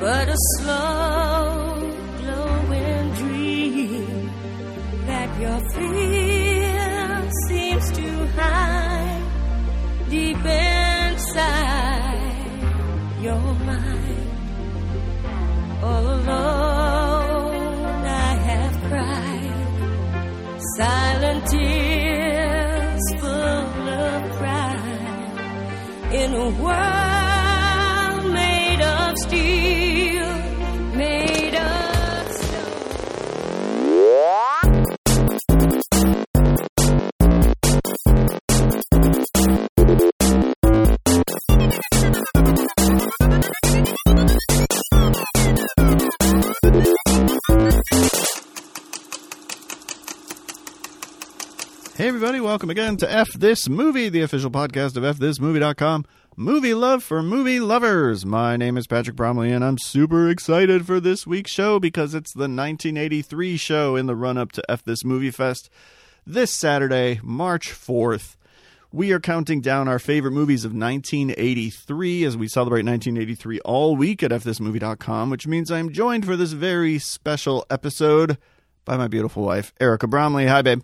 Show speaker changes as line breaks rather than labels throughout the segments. but a slow glowing dream that your fear seems to hide deep inside your mind. All alone, I have cried silent tears full of pride in a world made of steel, made of stone.
Hey, everybody, welcome again to F This Movie, the official podcast of FThisMovie.com. Movie love for movie lovers. My name is Patrick Bromley, and I'm super excited for this week's show because it's the 1983 show in the run up to F This Movie Fest this Saturday, March 4th. We are counting down our favorite movies of 1983 as we celebrate 1983 all week at fthismovie.com, which means I'm joined for this very special episode by my beautiful wife, Erica Bromley. Hi, babe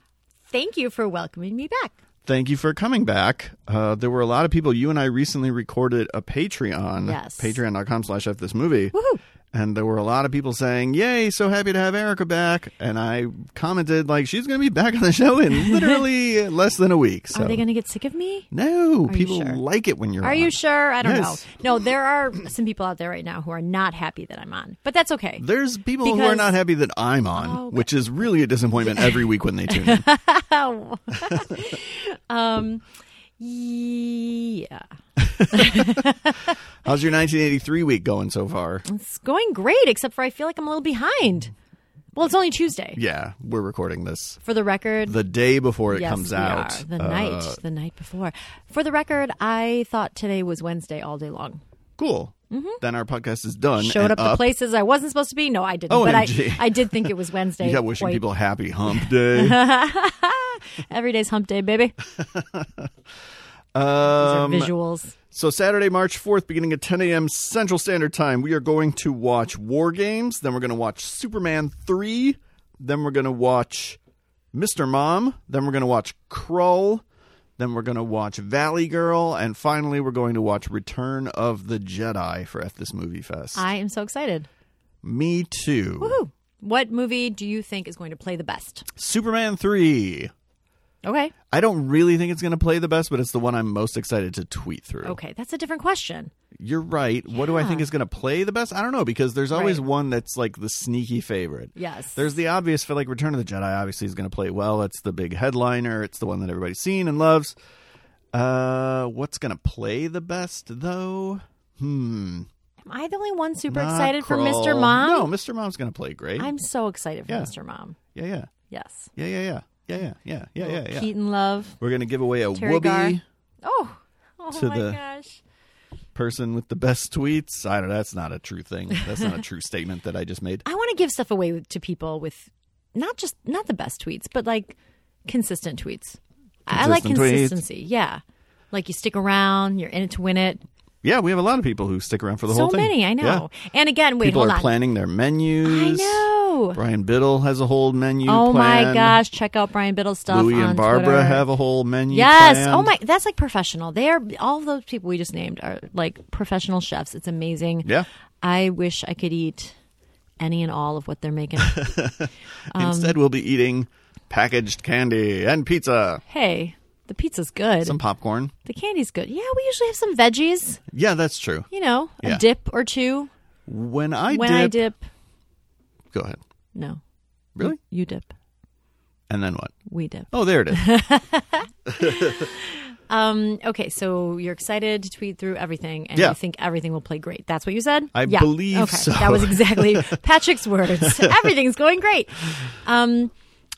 Thank you for welcoming me back.
thank you for coming back. Uh, there were a lot of people. You and I recently recorded a Patreon,
Yes.
patreon.com slash F this movie.
Woohoo.
And there were a lot of people saying, Yay, so happy to have Erica back. And I commented, like, she's going to be back on the show in literally less than a week. So.
Are they going to get sick of me?
no,
you
people
sure?
like it when you're
Are
on.
you sure? I don't
Yes.
know. No, there are some people out there right now who are not happy that I'm on, but that's okay.
There's people who are
Because-
not happy that I'm on,
Oh, okay.
which is really a disappointment every week when they tune in.
Oh. um, yeah,
How's your 1983 week going so far?
it's going great, except for I feel like I'm a little behind. Well, it's only Tuesday.
Yeah, we're recording this
For the record,
the day before it
yes,
comes
we
out.
are. the
Uh,
night, the night before. For the record, I thought today was Wednesday all day long.
Cool. Then our podcast is done.
Mm-hmm. Showed
and
up, to places I wasn't supposed to be. No, I didn't. But
OMG.
I, I did think it was Wednesday.
You got wishing
quite
people a happy hump day.
Every day's hump day, baby. These are
um,
visuals.
so Saturday, March fourth, beginning at 10 a.m. Central Standard Time, we are going to watch War Games. Then we're going to watch Superman three. Then we're going to watch Mr. Mom. Then we're going to watch Krull. Then we're going to watch Valley Girl, and finally we're going to watch Return of the Jedi for F this movie fest.
I am so excited.
Me too.
Woo. What movie do you think is going to play the best?
Superman three.
Okay.
I don't really think it's going to play the best, but it's the one I'm most excited to tweet through.
Okay. That's a different question.
You're right. What do I think is going to play the best? I don't know because there's always
Right.
one that's like the sneaky favorite.
Yes.
There's the obvious for like Return of the Jedi obviously is going to play well. It's the big headliner. It's the one that everybody's seen and loves. Uh what's going to play the best though? Hmm.
Am I the only one super
Not
excited for
Krull.
Mr. Mom?
Uh, No, Mr. Mom's going to play great.
I'm so excited for
Yeah.
Mr. Mom.
yeah, yeah.
Yes.
Yeah, yeah, yeah. Yeah, yeah. Yeah, yeah, yeah.
Little
yeah.
Keaton Love.
We're going to give away a
Terry
Whoopi
Garr. Oh. Oh
To
my
the-
gosh.
person with the best tweets. I don't that's not a true thing. That's not a true statement that I just made.
I want to give stuff away with- to people with not just not the best tweets, but like consistent tweets. I I like
Consistent tweets.
consistency. Yeah. Like you stick around, you're in it to win it.
Yeah, we have a lot of people who stick around for the
so
whole thing.
many, I know. And again, wait,
people
hold
are
on.
planning their
I
menus.
know.
Brian Biddle has a whole menu.
Oh my
plan.
gosh, check out Brian Biddle's stuff
Louis
on
and Barbara
Twitter.
have a whole menu.
Yes.
planned.
Oh my, that's like professional. They are all those people we just named are like professional chefs. It's amazing.
Yeah.
I wish I could eat any and all of what they're making. Um,
Instead, we'll be eating packaged candy and pizza,
hey, the pizza's good.
some popcorn.
the candy's good. Yeah, we usually have some veggies,
Yeah, that's true.
you know,
Yeah.
a dip or two.
When I
when
dip,
I dip,
go ahead.
no,
Really?
you dip,
And then what?
we dip.
Oh, there it is.
Um, okay, so you're excited to tweet through everything, and
Yeah.
you think everything will play great. That's what you said.
I
yeah.
believe
okay.
so.
That was exactly Patrick's words. Everything's going great. Um,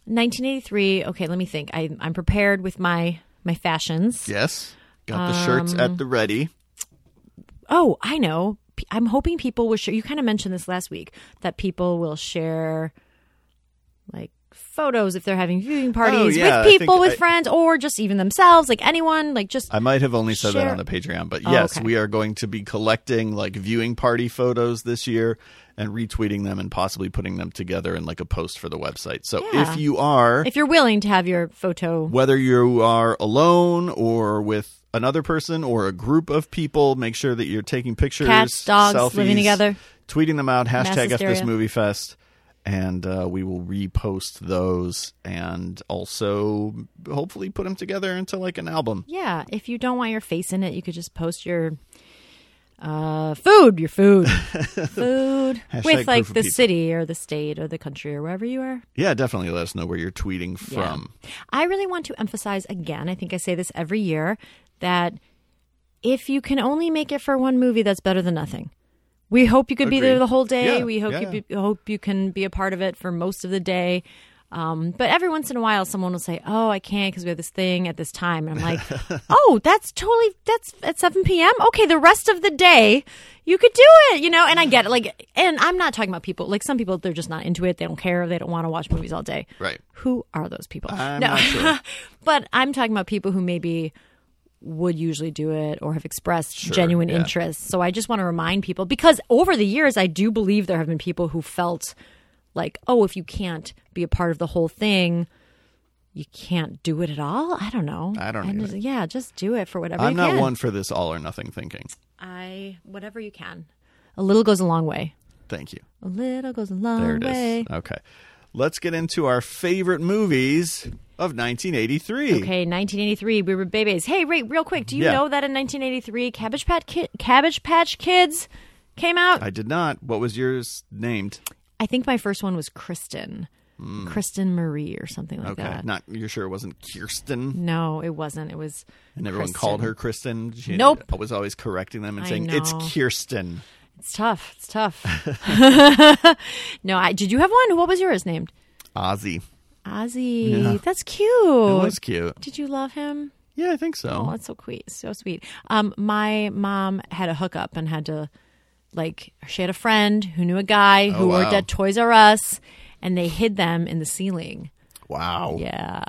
1983. Okay, let me think. I, I'm prepared with my my fashions.
yes. Got the shirts
Um,
at the ready.
Oh, I know. P- I'm hoping people will share. You kind of mentioned this last week that people will share, like photos if they're having viewing parties
Oh, yeah, I
with people,
think
with
I-
friends, or just even themselves, like anyone, like just
I might have only said that
Share-
on the Patreon, but
Oh,
yes,
okay.
we are going to be collecting like viewing party photos this year and retweeting them and possibly putting them together in like a post for the website. So
Yeah.
if you are,
if you're willing to have your photo.
whether you are alone or with another person or a group of people, make sure that you're taking pictures,
Cats, dogs, living
selfies,
together.
tweeting them out, hashtag F
hysteria.
this movie fest. And uh, we will repost those and also hopefully put them together into like an album.
Yeah, if you don't want your face in it, you could just post your uh, food, your food, food
Hashtag
with like
proof of
the
people.
city or the state or the country or wherever you are.
Yeah, definitely let us know where you're tweeting
Yeah.
from.
I really want to emphasize again, I think I say this every year, that if you can only make it for one movie, that's better than nothing. We hope you could be
Agreed.
there the whole day.
Yeah,
we hope
yeah,
you be, hope you can be a part of it for most of the day. Um, but every once in a while, someone will say, "Oh, I can't because we have this thing at this time," and I'm like, "Oh, that's totally that's at 7 p.m. Okay, the rest of the day you could do it, you know." And I get it, like, and I'm not talking about people like some people they're just not into it. They don't care. They don't want to watch movies all day.
Right.
Who are those people?
I'm not sure.
but I'm talking about people who maybe would usually do it or have expressed genuine
yeah.
interest. So I just want to remind people because over the years, I do believe there have been people who felt like, oh, if you can't be a part of the whole thing, you can't do it at all. I don't know.
I don't
And
either.
yeah, just do it for whatever
I'm
you
not
can.
one for this all or nothing thinking.
I whatever you can. A little goes a long way.
Thank you.
A little goes a long
There it is.
way.
Okay. Let's get into our favorite movies of 1983.
Okay, 1983, we were babies. Hey, wait, real quick, do you
Yeah.
know that in 1983, Cabbage Patch, Ki- Cabbage Patch Kids came out? I,
I did not. What was yours named?
think my first one was Kristen, Kristen Marie or something like
Hmm. Okay.
that.
Not you're sure it wasn't Kirsten.
No, it wasn't. It was
And everyone
Kristen.
called her Kristen. She
Nope.
I was always correcting them and
I
saying it's
know.
Kirsten.
It's tough. It's tough. no, I did you have one? What was yours named?
Ozzy.
Ozzy.
Yeah.
That's cute.
It was cute.
Did you love him?
Yeah, I think so.
Oh, that's so sweet, so sweet. Um, my mom had a hookup and had to, like, she had a friend who knew a guy who
Oh, wow.
worked at Toys R Us, and they hid them in the ceiling.
wow.
Yeah.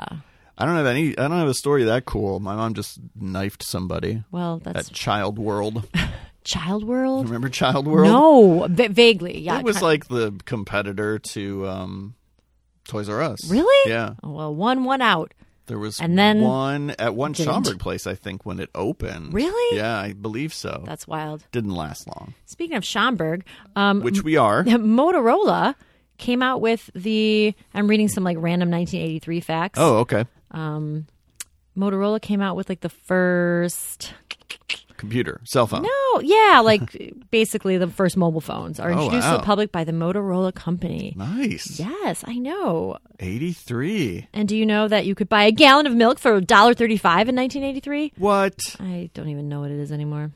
I don't have any I don't have a story that cool. My mom just knifed somebody
Well, that's
at Child World.
Child World.
Remember Child World?
No, va- vaguely. Yeah.
It was
Chi-
like the competitor to um, Toys R Us.
Really?
Yeah.
Oh, well, one one out.
There was
And then
one at one
didn't.
Schomburg place, I think, when it opened.
Really?
Yeah, I believe so.
That's wild.
Didn't last long.
Speaking of Schomburg, um,
Which we are.
Motorola came out with the. I'm reading some like random 1983 facts.
Oh, okay.
Motorola came out with like the first.
Computer, cell phone.
No, Oh, yeah, like basically the first mobile phones are
Oh,
introduced to
wow.
the public by the Motorola company.
Nice.
Yes, I know.
83.
And do you know that you could buy a gallon of milk for $1.35 in 1983?
What?
I don't even know what it is anymore.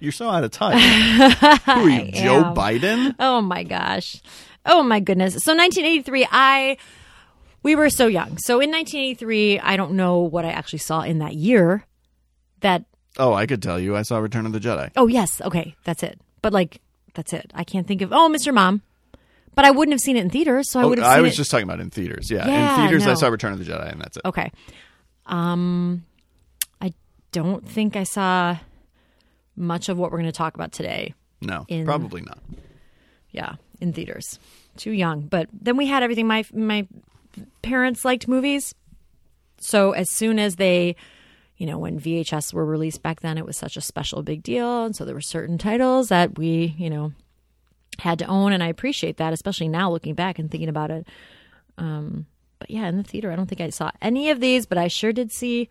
You're so out of touch. Who are you, Joe
am.
Biden?
Oh my gosh. Oh my goodness. So 1983, I we were so young. So in 1983, I don't know what I actually saw in that year that
Oh, I could tell you. I saw Return of the Jedi.
Oh yes, okay, that's it. But like, that's it. I can't think of. Oh, Mr. Mom, but I wouldn't have seen it in theaters, so I would have. seen
Oh, I was
it.
just talking about in theaters. Yeah.
Yeah,
in theaters, I
no. Oh,
saw Return of the Jedi, and that's it.
okay. Um, I don't think I saw much of what we're going to talk about today.
No,
In-
probably not.
Yeah, in theaters, too young. But then we had everything. My my parents liked movies, so as soon as they. You know, when VHS were released back then, it was such a special big deal. And so there were certain titles that we, you know, had to own and i appreciate that especially now looking back and thinking about it um but yeah in the theater i don't think i saw any of these but i sure did see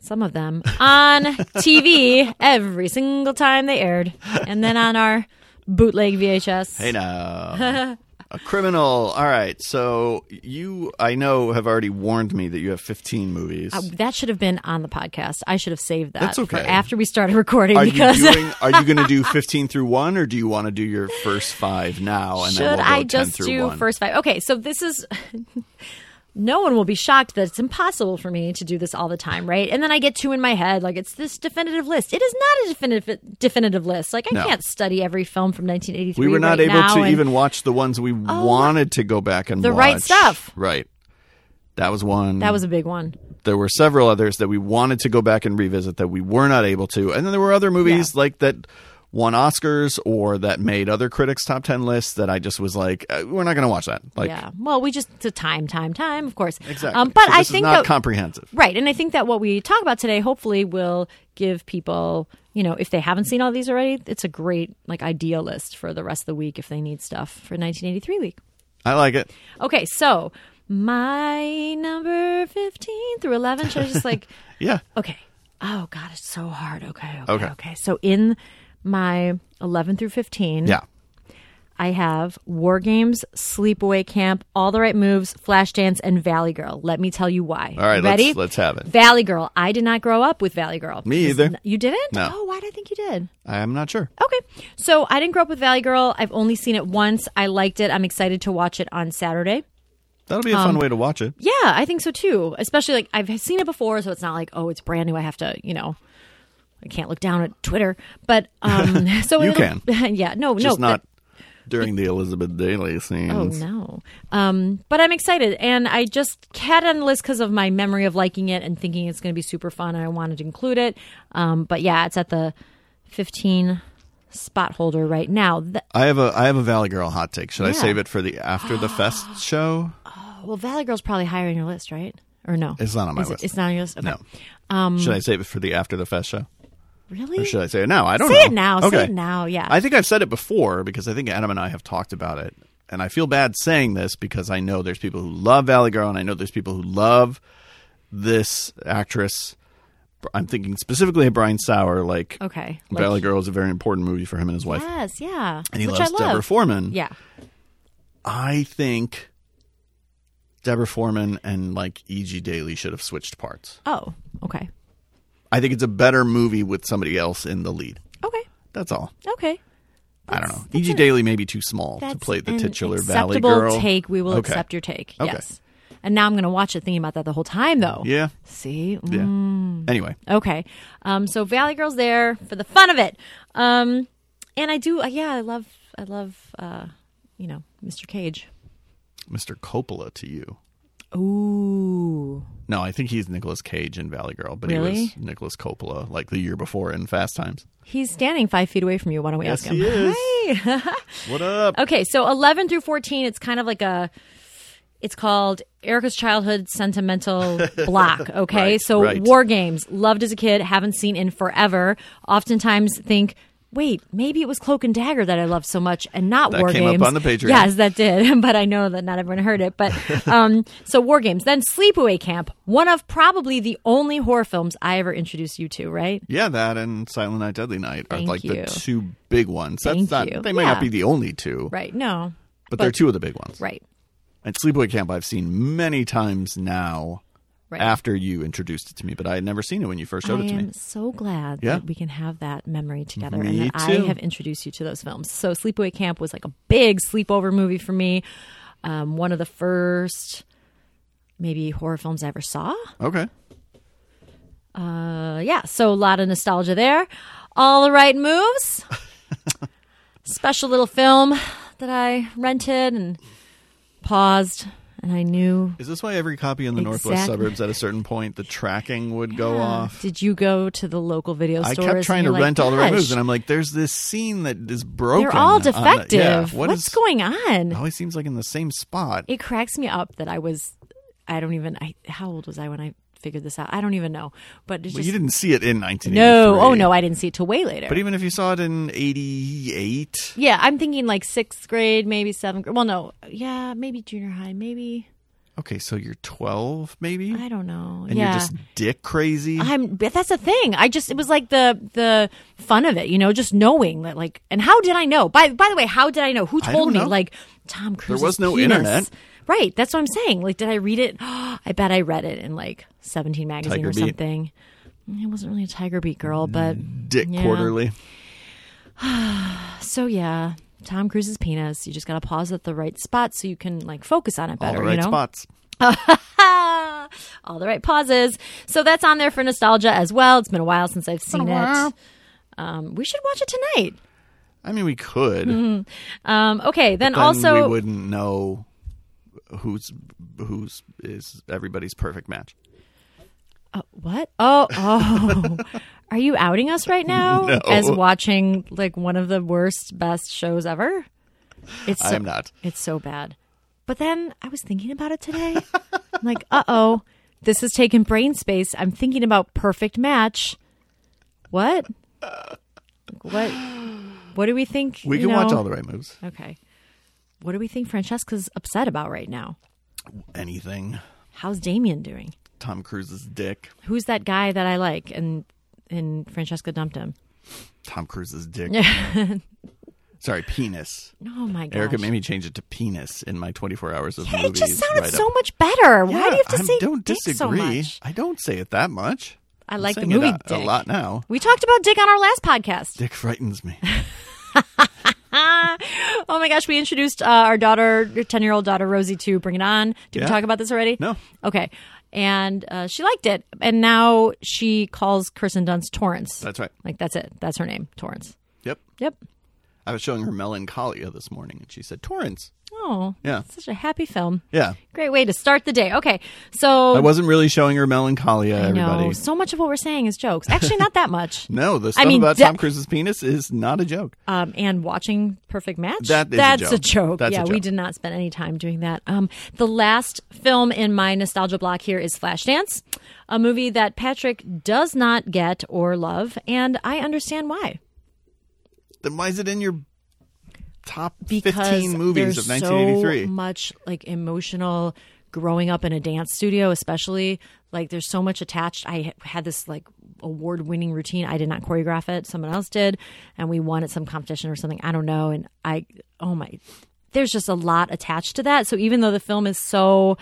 some of them on tv every single time they aired and then on our bootleg vhs
Hey now. um, a criminal. All right. So you, I know, have already warned me that you have 15 movies.
that should have been on the podcast i should have saved that
That's
for
okay.
after we started recording
are you
because
doing? Are you going to do 15 through one, or do you want to do your first five now? And
should
then we'll go
I
10
just
through
do
one?
first five? Okay, so this is no one will be shocked that it's impossible for me to do this all the time, right? And then I get two in my head, like it's this definitive list. It is not a definitive definitive list. Like I
No.
can't study every film from 1983.
We were not
right
able
now,
to
and Oh
even watch the ones we wanted to go back and
The
watch.
right stuff.
Right. That was one.
That was a big one.
there were several others that we wanted to go back and revisit that we were not able to. And then there were other movies like that won Oscars or that made other critics' top 10 lists that I just was like, uh, we're not going to watch that. Like,
yeah. Well, we just to time, time, time. Of course.
exactly.
Um, but
So
I
this is
think
not
that,
comprehensive.
Right. And I think that what we talk about today hopefully will give people, you know, if they haven't seen all these already, it's a great like idea list for the rest of the week if they need stuff for 1983 week.
I like it.
Okay, so my number 15 through 11 should I just like
Yeah.
okay. Oh god, it's so hard. Okay. Okay.
Okay.
Okay. So in my 11 through 15,
Yeah.
I have War Games, Sleepaway Camp, All the Right Moves, Flashdance, and Valley Girl. Let me tell you why.
All right,
ready?
let's- let's have it.
Valley Girl. I did not grow up with Valley Girl.
Me
This-
either.
You didn't?
No.
Oh, why did I think you did?
I'm not sure.
Okay, so I didn't grow up with Valley Girl. I've only seen it once. I liked it. I'm excited to watch it on Saturday.
That'll be a
Um,
fun way to watch it.
Yeah, I think so too. Especially like I've seen it before, so it's not like oh, it's brand new. I have to, you know, I can't look down at Twitter. But um, so
You
it'll- yeah, no, no,
Just
but-
not during the Elizabeth Daly scenes.
Oh no! Um, but I'm excited, and I just had it on the list because of my memory of liking it and thinking it's going to be super fun, and I wanted to include it. Um, but yeah, it's at the 15 spot holder right now. Th-
I have a I have a Valley Girl hot take. Should I
Yeah.
save it for the after the fest show?
well, Valley Girl's probably higher on your list, right? Or no?
It's not on my
Is it-
list.
it's not on your list. Okay.
No.
Um,
should I save it for the after the fest show?
Really?
Or should I say it now? I don't
Say
know.
it now. Say it now, yeah.
I think I've said it before because I think Adam and I have talked about it. And I feel bad saying this because I know there's people who love Valley Girl and I know there's people who love this actress. I'm thinking specifically of Brian Sauer. Like,
Okay. Like-
Valley Girl is a very important movie for him and his wife.
Yes. Yeah.
And he
Ah, Which
loves
I love.
Deborah Foreman.
Yeah.
I think Deborah Foreman and like E.G. Daly should have switched parts.
Oh. Okay.
I think it's a better movie with somebody else in the lead.
Okay.
That's all.
Okay.
I don't know. E.G. Daly may be too small to
That's
play the
an
titular Valley
acceptable
Girl.
take. We will
Okay.
accept your take.
Okay.
Yes. And now I'm going to watch it thinking about that the whole time, though.
Yeah.
See? Mm.
Yeah. Anyway,
Okay. Um, so Valley Girls there for the fun of it. Um, and I do, uh, yeah, I love, I love, uh, you know, Mr. Cage.
Mr. Coppola to you.
Ooh.
No, I think he's Nicolas Cage in Valley Girl, but he
Really?
was Nicolas Coppola like the year before in Fast Times.
He's standing five feet away from you. Why don't we
Yes,
ask him?
he is.
Hey.
What up?
okay. So 11 through 14, it's kind of like a, it's called Erica's Childhood Sentimental Block. Okay.
Right,
so
right.
War Games, loved as a kid, haven't seen in forever. Oftentimes think, wait, maybe it was Cloak and Dagger that I loved so much and not
That
War
came up
Games.
on the Patreon.
Yes, that did. But I know that not everyone heard it. But um, so War Games, then Sleepaway Camp, one of probably the only horror films I ever introduced you to, right?
Yeah, that and Silent Night, Deadly Night are
Thank
like the
you.
two big ones. That's
Thank
not.
you.
They might
Yeah.
not be the only two,
Right. No.
but, they're
but-
two of the big ones.
Right.
And Sleepaway Camp, I've seen many times now.
Right.
After you introduced it to me, but I had never seen it when you first showed
I
it to
am
me.
so glad
Yeah.
that we can have that memory together
Me
and that
too.
I have introduced you to those films. So Sleepaway Camp was like a big sleepover movie for me. Um, one of the first maybe horror films I ever saw.
Okay,
Uh, yeah, so a lot of nostalgia there. All the right moves. Special little film that I rented and paused and I knew
Is this why every copy in the northwest
Exactly.
suburbs at a certain point the tracking would go off?
uh, Did you go to the local video
I
store?
kept trying to rent all the right moves, and I'm like, "There's this scene that is broken.
They're all
on the- yeah,
defective.
what
What's
is-
going on?
It always seems like in the same spot.
it cracks me up that I was I don't even I how old was I when I figured this out? I don't even know. But it's
Well,
just
you didn't see it in 1983.
No, oh no, I didn't see it till way later.
But even if you saw it in '88,
yeah, I'm thinking like sixth grade, maybe seventh grade. Well, no, yeah, maybe junior high, maybe
okay, so you're 12, maybe,
I don't know.
and
yeah,
you're just dick crazy.
I'm. But that's the thing. I just it was like the the fun of it, you know, just knowing that like. And how did I know? By by the way, how did I know? Who
I
told
don't
me?
know.
Like Tom Cruise.
was no internet.
Right. That's what I'm saying. Like, did I read it? I bet I read it in like 17 magazine
Tiger
or
Beat.
something. I wasn't really a Tiger Beat girl, but
dick
yeah.
quarterly.
so yeah. Tom Cruise's penis. You just gotta pause at the right spot so you can like focus on it
All
better.
the right
you know.
spots.
All the right pauses. So that's on there for nostalgia as well. It's been a while since I've seen it. Um, we should watch it tonight.
I mean, we could.
Um, okay, then,
Then
also
we wouldn't know who's who's is everybody's perfect match.
Uh, what? Oh, oh. Are you outing us right now
No.
as watching like one of the worst best shows ever? It's so,
I am not.
It's so bad. But then I was thinking about it today. I'm like, "Uh-oh, this has taken brain space. I'm thinking about perfect match. What? What What do we think?
We
you
can watch
know-
all the right moves.
Okay. What do we think Francesca's upset about right now?
Anything.
How's Damien doing?
Tom Cruise's dick.
who's that guy that I like? And and Francesca dumped him.
Tom Cruise's dick. Sorry, penis.
Oh my gosh.
Erica made me change it to penis in my 24 hours of
it
movies.
just sounded
write-up.
so much better. Why do you have to
I
say
don't
dick
disagree.
so much?
I don't say it that much.
I
I'm
like the
saying it
movie
a, a
Dick.
lot now.
We talked about dick on our last podcast.
Dick frightens me.
Oh my gosh, we introduced uh, our daughter, your 10 year old daughter, Rosie, to Bring It On. Did
Yeah.
we talk about this already?
No.
Okay. And uh, she liked it. And now she calls Kirsten Dunst Torrance.
That's right.
Like, that's it. That's her name, Torrance.
Yep.
Yep.
I was showing her Melancholia this morning, and she said Torrance.
Oh,
Yeah.
Such a happy film.
Yeah,
Great way to start the day. Okay. So
I wasn't really showing her Melancholia. everybody.
No, so much of what we're saying is jokes. Actually, not that much.
No, the stuff
mean,
about
that-
Tom Cruise's penis is not a joke.
Um, and watching Perfect Match.
That is a
That's
joke. That's a
yeah, we
joke.
did not spend any time doing that. Um, the last film in my nostalgia block here is Flashdance, a movie that Patrick does not get or love, and I understand why.
Then why is it in your top
Because
15 movies
there's
of 1983?
so much like emotional growing up in a dance studio, especially like there's so much attached. I ha- had this like award winning routine. I did not choreograph it. Someone else did, and we won at some competition or something. I don't know. And I, oh my, there's just a lot attached to that. So even though the film is so,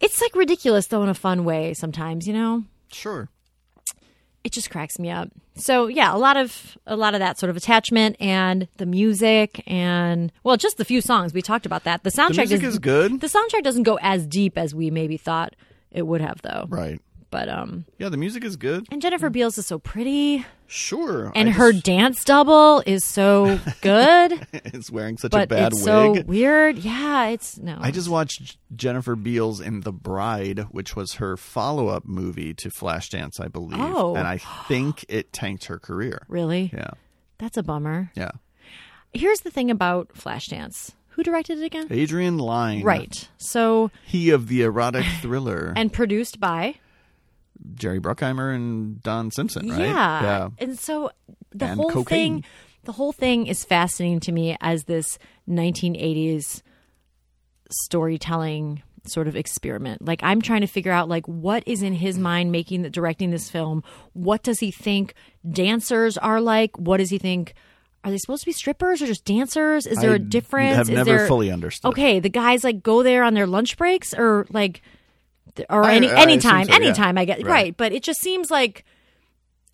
it's like ridiculous though in a fun way sometimes, you know
sure.
it just cracks me up. So yeah, a lot of a lot of that sort of attachment and the music and well, just the few songs we talked about that. The soundtrack
music is good.
The soundtrack doesn't go as deep as we maybe thought it would have though.
Right.
But um
Yeah, the music is good.
and Jennifer Beals is so pretty
Sure.
and
I
her
just-
dance double is so good,
is wearing such a
but
bad
it's
wig.
so weird. Yeah, it's no.
I just watched Jennifer Beals in The Bride, which was her follow-up movie to Flashdance, I believe,
Oh.
and I think it tanked her career.
really?
Yeah,
That's a bummer.
yeah.
Here's the thing about Flashdance. Who directed it again?
Adrian Lyne,
Right. So
He of the erotic thriller,
and produced by
Jerry Bruckheimer and Don Simpson, right?
Yeah. And so the
And
whole
cocaine.
thing the whole thing is fascinating to me as this 1980s storytelling sort of experiment. Like I'm trying to figure out like what is in his mind making the directing this film? What does he think dancers are like? What does he think are they supposed to be strippers or just dancers? Is there
I
a difference?
have
Is
never
there-
fully understood.
Okay, the guys like go there on their lunch breaks or like th- or
I-
any
I assume
anytime
so, yeah.
anytime I get
Right.
right. but it just seems like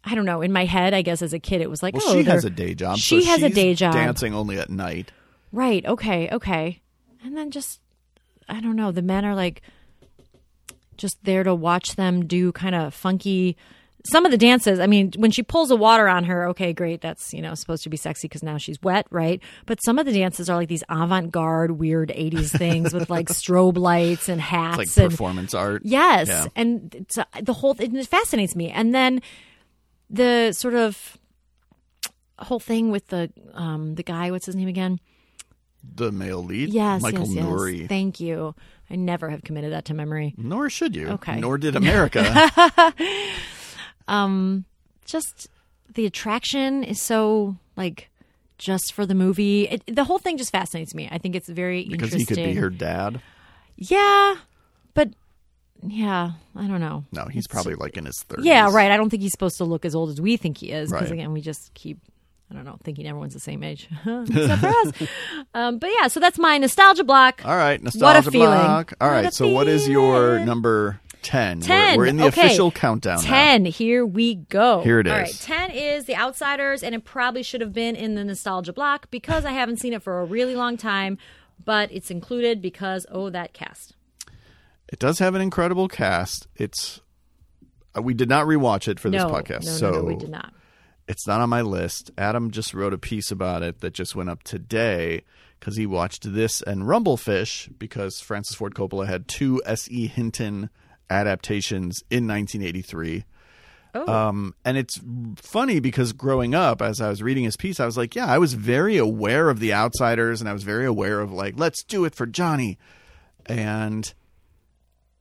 I don't know. In my head, I guess as a kid, it was like,
Well,
oh,
she has a
they're-
day job.
She
so
has a
she's
day job,
Dancing only at night.
right? Okay, okay. And then just, I don't know. The men are like, just there to watch them do kind of funky. Some of the dances. I mean, when she pulls the water on her, okay, great. That's you know supposed to be sexy because now she's wet, right? But some of the dances are like these avant-garde, weird '80s things with like strobe lights and hats,
It's like
and
performance art.
Yes,
Yeah.
and it's, uh, the whole thing it fascinates me. And then the sort of whole thing with the um the guy, what's his name again?
The male lead.
Yes,
Michael
yes, yes.
Nouri.
Thank you. I never have committed that to memory.
Nor should you.
Okay.
Nor did America.
Just the attraction is so like just for the movie. It, the whole thing just fascinates me. I think it's very
because he
interesting.
could be her dad.
Yeah, but yeah, I don't know.
No, he's probably like in his 30s.
Yeah, right. I don't think he's supposed to look as old as we think he is because
Right.
again, we just keep I don't know thinking everyone's the same age except for us. Um, but yeah, so that's my nostalgia block.
All right,
What a
nostalgia
feeling.
block. All
What
right,
a
so what is your
feeling.
number 10?
10
We're, in the
okay.
official countdown. now.
10 here we go
Here it
all
is.
right 10 is the outsiders and it probably should have been in the nostalgia block because i haven't seen it for a really long time but it's included because oh that cast
It does have an incredible cast. It's uh, we did not rewatch it for this
no,
podcast,
no,
so
no, no, we did not.
it's not on my list. Adam just wrote a piece about it that just went up today because he watched this and Rumblefish because Francis Ford Coppola had two S.E. Hinton adaptations in 1983.
Oh.
Um, and it's funny because growing up, as I was reading his piece, I was like, yeah, I was very aware of The Outsiders and I was very aware of, like, let's do it for Johnny. And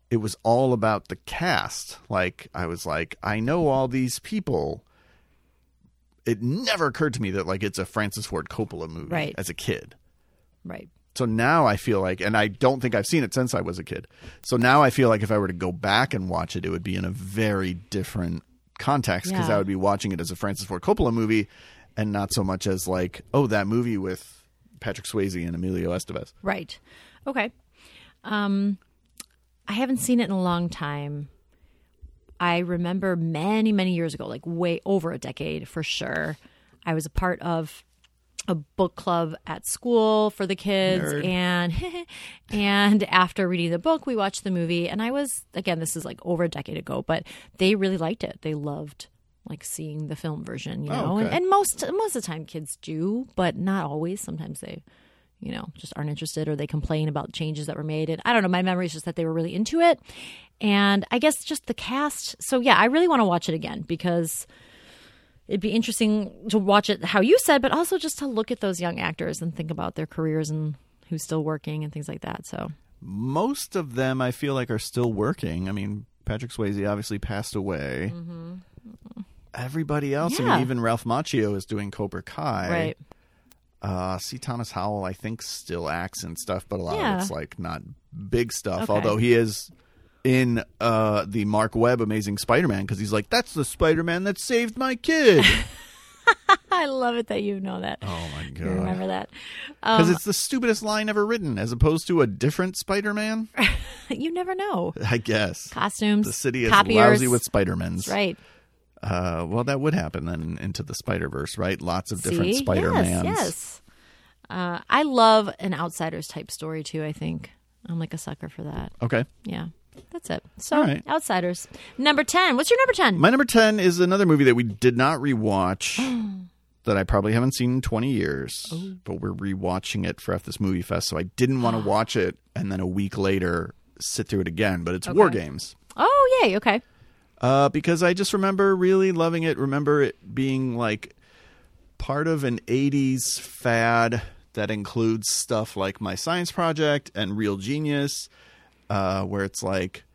it was all about the cast. Like, I was like, I know all these people it never occurred to me that like it's a Francis Ford Coppola movie
Right.
as a kid.
Right.
So now I feel like, and I don't think I've seen it since I was a kid. So now I feel like if I were to go back and watch it, it would be in a very different context because
Yeah.
I would be watching it as a Francis Ford Coppola movie and not so much as like, oh, that movie with Patrick Swayze and Emilio Estevez.
Right. Okay. Um, I haven't seen it in a long time. I remember many, many years ago, like way over a decade for sure. I was a part of a book club at school for the kids,
Nerd.
and and after reading the book, we watched the movie. And I was again, this is like over a decade ago, but they really liked it. They loved like seeing the film version, you
Oh,
know. And,
okay.
and most most of the time, kids do, but not always. Sometimes they you know, just aren't interested or they complain about changes that were made. And I don't know, my memory is just that they were really into it. And I guess just the cast. So yeah, I really want to watch it again because it'd be interesting to watch it how you said, but also just to look at those young actors and think about their careers and who's still working and things like that. So
Most of them I feel like are still working. I mean, Patrick Swayze obviously passed away. Everybody else, I
Mm-hmm. Yeah.
mean, even Ralph Macchio is doing Cobra Kai.
right.
Uh, see Thomas Howell, I think, still acts and stuff, but a lot
Yeah.
of it's like not big stuff.
Okay.
Although he is in uh, the Mark Webb Amazing Spider-Man because he's like, that's the Spider-Man that saved my kid.
I love it that you know that.
oh my
You
god!
remember that. Um,
Because it's the stupidest line ever written, as opposed to a different Spider-Man.
you never know.
I guess
Costumes.
the city is
copiers.
lousy with Spider-Mans.
Right.
Uh, well, that would happen then into the Spider-Verse, right? Lots of different
See?
Spider-Mans.
Yes, yes. Uh, I love an outsiders type story too. I think I'm like a sucker for that.
Okay.
Yeah, that's it. So
All right.
outsiders number ten. What's your number ten?
My number 10 is another movie that we did not rewatch that I probably haven't seen in 20 years,
Oh.
but we're rewatching it for F This Movie Fest. So I didn't want to watch it and then a week later sit through it again, but it's War Games.
oh yay! Okay.
Uh, because I just remember really loving it. Remember it being like part of an 80s fad that includes stuff like My Science Project and Real Genius, uh, where it's like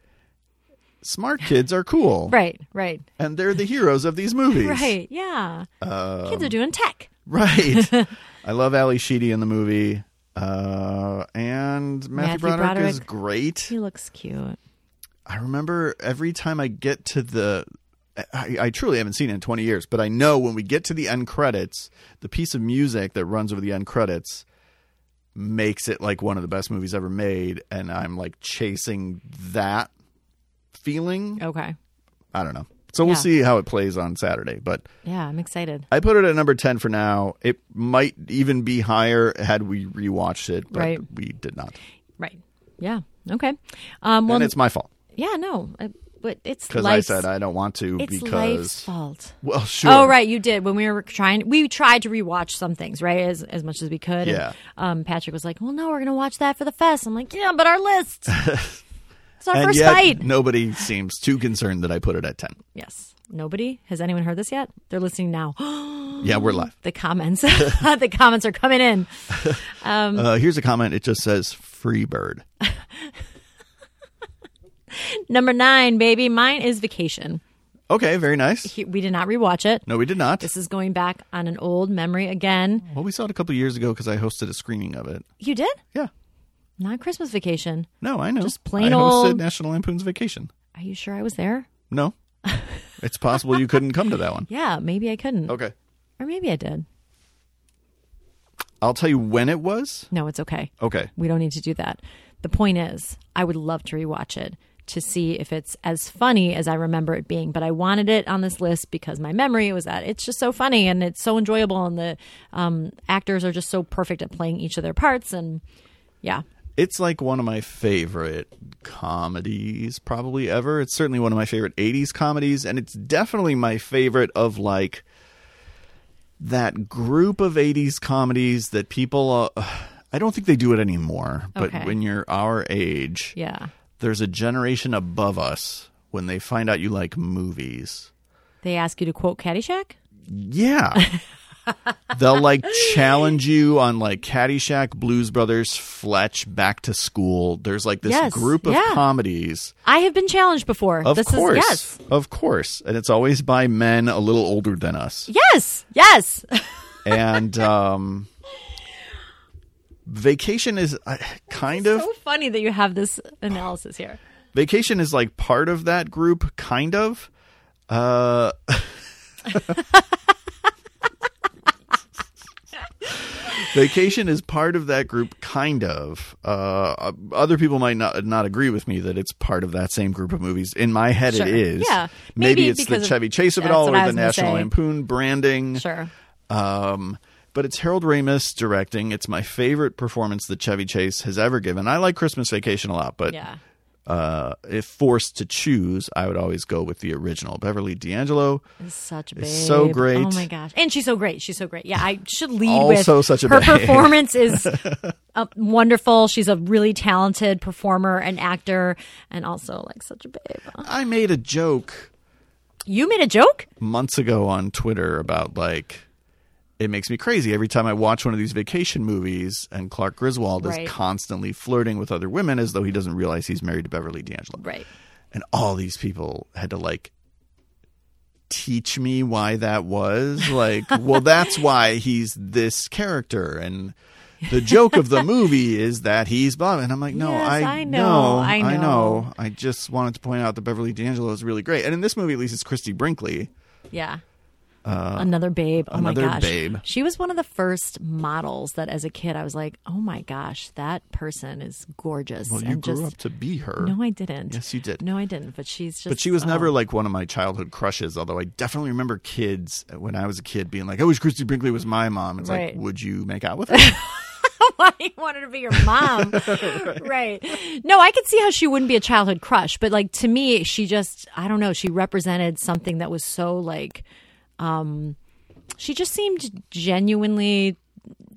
smart kids are cool.
Right. Right.
And they're the heroes of these movies.
Right. Yeah.
Um,
Kids are doing tech.
Right. I love Ali Sheedy in the movie. Uh, and Matthew,
Matthew
Broderick, is
Broderick.
great.
He looks cute.
I remember every time I get to the. I, I truly haven't seen it in 20 years, but I know when we get to the end credits, the piece of music that runs over the end credits makes it like one of the best movies ever made. And I'm like chasing that feeling.
Okay.
I don't know. So we'll
Yeah.
see how it plays on Saturday. But
Yeah, I'm excited.
I put it at number 10 for now. It might even be higher had we rewatched it, but
Right.
we did not.
Right. Yeah. Okay. Um. Well.
and it's my fault
yeah. No. I, but it's
because I
life's.
said I don't want to
it's life's
because.
fault.
Well, sure.
Oh, right, you did. When we were trying, we tried to rewatch some things, right? As as much as we could. And,
Yeah.
um, Patrick was like, "Well, no, we're gonna watch that for the fest." I'm like, "Yeah, but our list. it's our
And
first
yet,
fight."
nobody seems too concerned that I put it at 10.
Yes. Nobody has anyone heard this yet? They're listening now.
Yeah, we're live.
the comments, the comments are coming in. Um,
uh, here's a comment. It just says free bird.
Number nine, baby, mine is Vacation.
Okay, very nice.
He- We did not rewatch it.
No, we did not.
This is going back on an old memory again.
Well, we saw it a couple years ago because I hosted a screening of it.
You did
Yeah.
not Christmas Vacation.
No, I know.
Just plain
I hosted
old-
National Lampoon's Vacation.
Are you sure I was there?
No. it's possible you couldn't come to that one.
Yeah, maybe I couldn't,
Okay.
or maybe I did.
I'll tell you when it was.
No, it's okay.
Okay.
We don't need to do that. The point is, I would love to rewatch it to see if it's as funny as I remember it being. But I wanted it on this list because my memory was that it's just so funny and it's so enjoyable, and the um, actors are just so perfect at playing each of their parts. And yeah,
It's like one of my favorite comedies probably ever. It's certainly one of my favorite 80s comedies and it's definitely my favorite of like that group of 80s comedies that people uh, I don't think they do it anymore, but
Okay.
when you're our age,
Yeah.
there's a generation above us when they find out you like movies.
They ask you to quote Caddyshack?
Yeah. They'll like challenge you on like Caddyshack, Blues Brothers, Fletch, Back to School. There's like this
Yes,
group of
yeah.
comedies.
I have been challenged before.
Of
this
course.
is yes.
Of course. And it's always by men a little older than us.
Yes. Yes.
And um Vacation is uh, kind of
so funny that you have this analysis here.
Vacation is like part of that group, kind of. Uh, Vacation is part of that group, kind of. Uh, other people might not not agree with me that it's part of that same group of movies. In my head,
Sure.
it is.
Yeah.
maybe,
Maybe
it's the
because of-
Chevy Chase of it
that's
all,
what I
or the
was gonna
National
say.
Lampoon branding.
Sure.
Um, but it's Harold Ramis directing. It's my favorite performance that Chevy Chase has ever given. I like Christmas Vacation a lot, but
Yeah.
uh, if forced to choose, I would always go with the original. Beverly D'Angelo,
It's such a babe.
It's so great.
Oh my gosh. And she's so great. She's so great. Yeah, I should lead
Also
with
such a
her
babe.
performance is uh, wonderful. She's a really talented performer and actor and also like such a babe.
I made a joke
You made a joke?
months ago on Twitter about like it makes me crazy every time I watch one of these vacation movies and Clark Griswold
Right.
is constantly flirting with other women as though he doesn't realize he's married to Beverly D'Angelo.
Right.
And all these people had to like teach me why that was like well that's why he's this character and the joke of the movie is that he's Bob and I'm like no
Yes,
I,
I know,
I
I
know I
know.
just wanted to point out that Beverly D'Angelo is really great and in this movie at least it's Christy Brinkley
Yeah. another babe. Oh
Uh, another
my gosh.
babe.
She was one of the first models that as a kid I was like, "Oh my gosh, that person is gorgeous."
well you
and
grew
just
up to be her
No, I didn't.
Yes, you did.
No, I didn't, but she's just
but she was
oh.
never like one of my childhood crushes although I definitely remember kids uh, when I was a kid being like I wish Christy Brinkley was my mom it's
Right.
like would you make out with her
why you wanted to be your mom. right. No, I could see how she wouldn't be a childhood crush, but like to me, she just I don't know, she represented something that was so like um she just seemed genuinely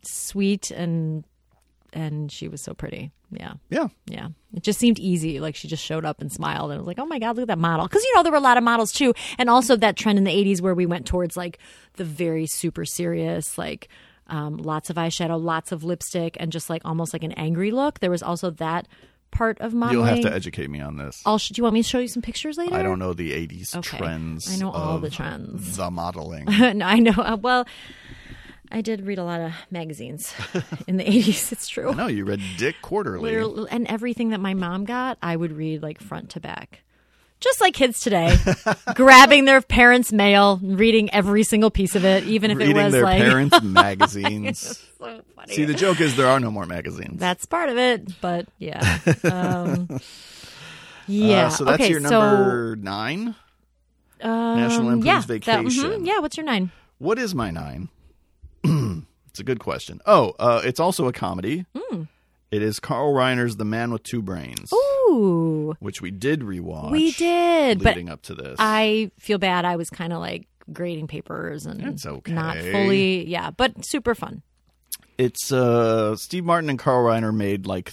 sweet and and she was so pretty. Yeah.
yeah
Yeah. It just seemed easy. Like she just showed up and smiled and was like, oh my God, look at that model. Because, you know, there were a lot of models too. And also that trend in the 80s where we went towards like the very super serious, like um, lots of eyeshadow, lots of lipstick, and just like almost like an angry look. There was also that part of modeling.
you'll have to educate me on this
I'll sh- do you want me to show you some pictures later?
I don't know the 80s
Okay.
trends.
I know all
of
the trends.
The modeling.
no, I know. Uh, well, I did read a lot of magazines in the 80s. It's true.
no, you read Dick Quarterly.
Literally, and everything that my mom got, I would read like front to back. Just like kids today, grabbing their parents' mail, reading every single piece of it, even if
Reading
it was
their
like
parents' magazines.
so funny.
See, the joke is there are no more magazines.
That's part of it, but yeah. Um, yeah.
Uh, so that's
okay,
your number nine.
so, um,
National Lampoon's
yeah, That,
Vacation.
mhm, yeah, what's your nine?
What is my nine? it's a good question. Oh, uh, it's also a comedy. It is Carl Reiner's The Man with Two Brains,
Hmm. Ooh.
which we did rewatch.
We did, but
Leading up to this.
I feel bad. I was kind of like grading papers and
That's okay.
not fully, yeah, but super fun.
It's uh Steve Martin and Carl Reiner made like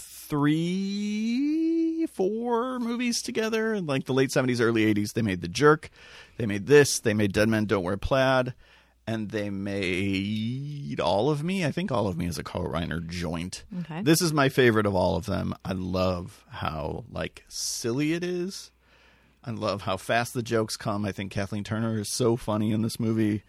three, four movies together in like the late seventies, early eighties. They made The Jerk, they made this, they made Dead Men Don't Wear Plaid, and they made All of Me. I think All of Me is a Carl Reiner joint.
Okay.
This is my favorite of all of them. I love how like silly it is. I love how fast the jokes come. I think Kathleen Turner is so funny in this movie.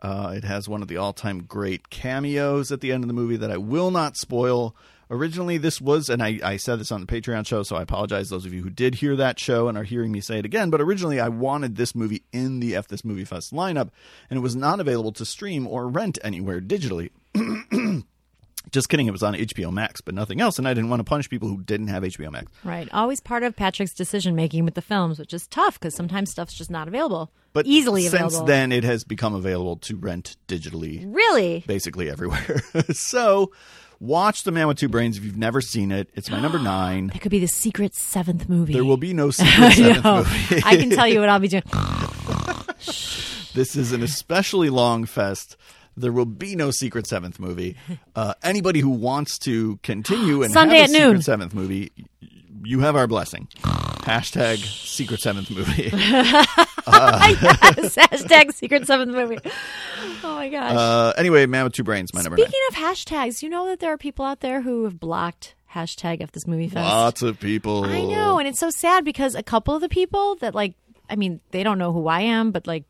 Uh, it has one of the all time great cameos at the end of the movie that I will not spoil. Originally, this was, and I, I said this on the Patreon show, so I apologize to those of you who did hear that show and are hearing me say it again. But originally, I wanted this movie in the F This Movie Fest lineup, and it was not available to stream or rent anywhere digitally. Just kidding, it was on HBO Max, but nothing else, and I didn't want to punish people who didn't have HBO Max.
Right. Always part of Patrick's decision making with the films, which is tough because sometimes stuff's just not available.
But
easily
since
available.
then, it has become available to rent digitally,
Really?
basically everywhere. so, watch The Man with Two Brains if you've never seen it. It's my number nine.
That could be the secret seventh movie.
There will be no secret
I
seventh
know.
movie.
I can tell you what I'll be doing.
This is an especially long fest. There will be no secret seventh movie. Uh, anybody who wants to continue and
Sunday
have
at
a secret
noon.
seventh movie, y- you have our blessing. Hashtag secret seventh movie.
yes. Hashtag secret seventh movie. Oh my gosh.
Uh, anyway, Man with Two Brains, my number nine.
Speaking of hashtags, you know that there are people out there who have blocked hashtag F this movie fest.
Lots of people.
I know, and it's so sad because a couple of the people that like, I mean, they don't know who I am, but like,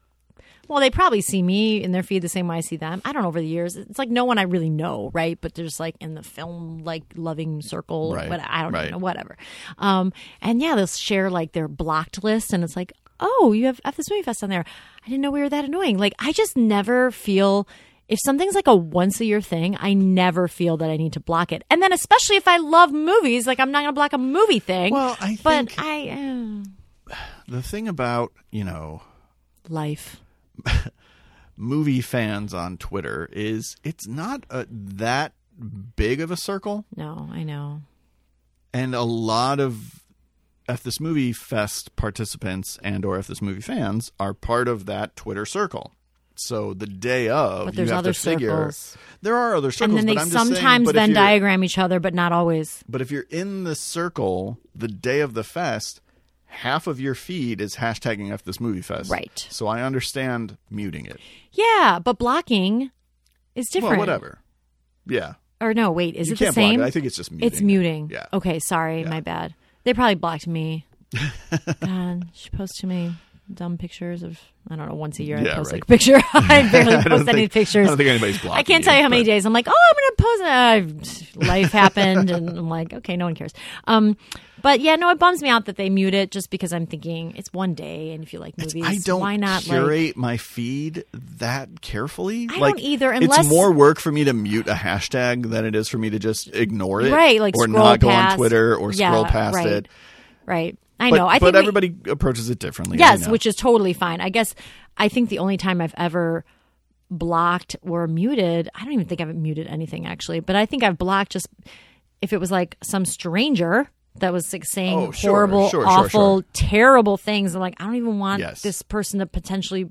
well, they probably see me in their feed the same way I see them. I don't know over the years. It's like no one I really know, right? But there's like in the film like loving circle,
Right,
or what I don't
right.
know, whatever. Um, and yeah, they'll share like their blocked list, and it's like, oh, you have F this movie fest on there. I didn't know we were that annoying. Like, I just never feel. If something's like a once a year thing, I never feel that I need to block it. And then, especially if I love movies, like I'm not going to block a movie thing.
Well, I
but
think-
I uh,
The thing about, you know,
life.
movie fans on Twitter is it's not a, that big of a circle.
No, I know.
and a lot of if this movie fest participants and or if this movie fans are part of that twitter circle so the day of
But there's
you have
other
to figure
circles.
there are other
And
circles
then they
but I'm just saying,
sometimes
but if
then
you're-
diagram each other, but not always.
but if you're in the circle the day of the fest half of your feed is hashtagging f this movie fest
Right.
so i understand muting it
Yeah, but blocking is different.
well whatever yeah
Or no, wait, is
you
it
can't
the same?
block it i think it's just muting
it's muting.
yeah
Okay, sorry,
Yeah.
my bad. They probably blocked me. God, she posts too many dumb pictures of I don't know. Once a year,
Yeah,
I post
right.
a picture. I barely
I
post
don't
any
think-
pictures.
I don't think anybody's blocking
I can't tell you how many
but-
days I'm like, oh, I'm gonna post. Uh, life happened, and I'm like, okay, no one cares. Um, but yeah, no, it bums me out that they mute it just because I'm thinking it's one day, and if you like movies,
I don't
why not? Like,
curate my feed that carefully.
I
like,
don't either,
it's
unless-
more work for me to mute a hashtag than it is for me to just ignore it,
right, like
or
scroll
not go
past,
on Twitter or
yeah,
scroll past
right,
it.
Right. I
But,
know. I think
but
we-
everybody approaches it differently. uh,
Yes, which is totally fine. I guess I think the only time I've ever blocked or muted, I don't even think I've muted anything actually, but I think I've blocked just if it was like some stranger that was like saying
Oh, sure,
horrible,
sure, sure,
awful, terrible things. I'm like, I don't even want
Yes.
this person to potentially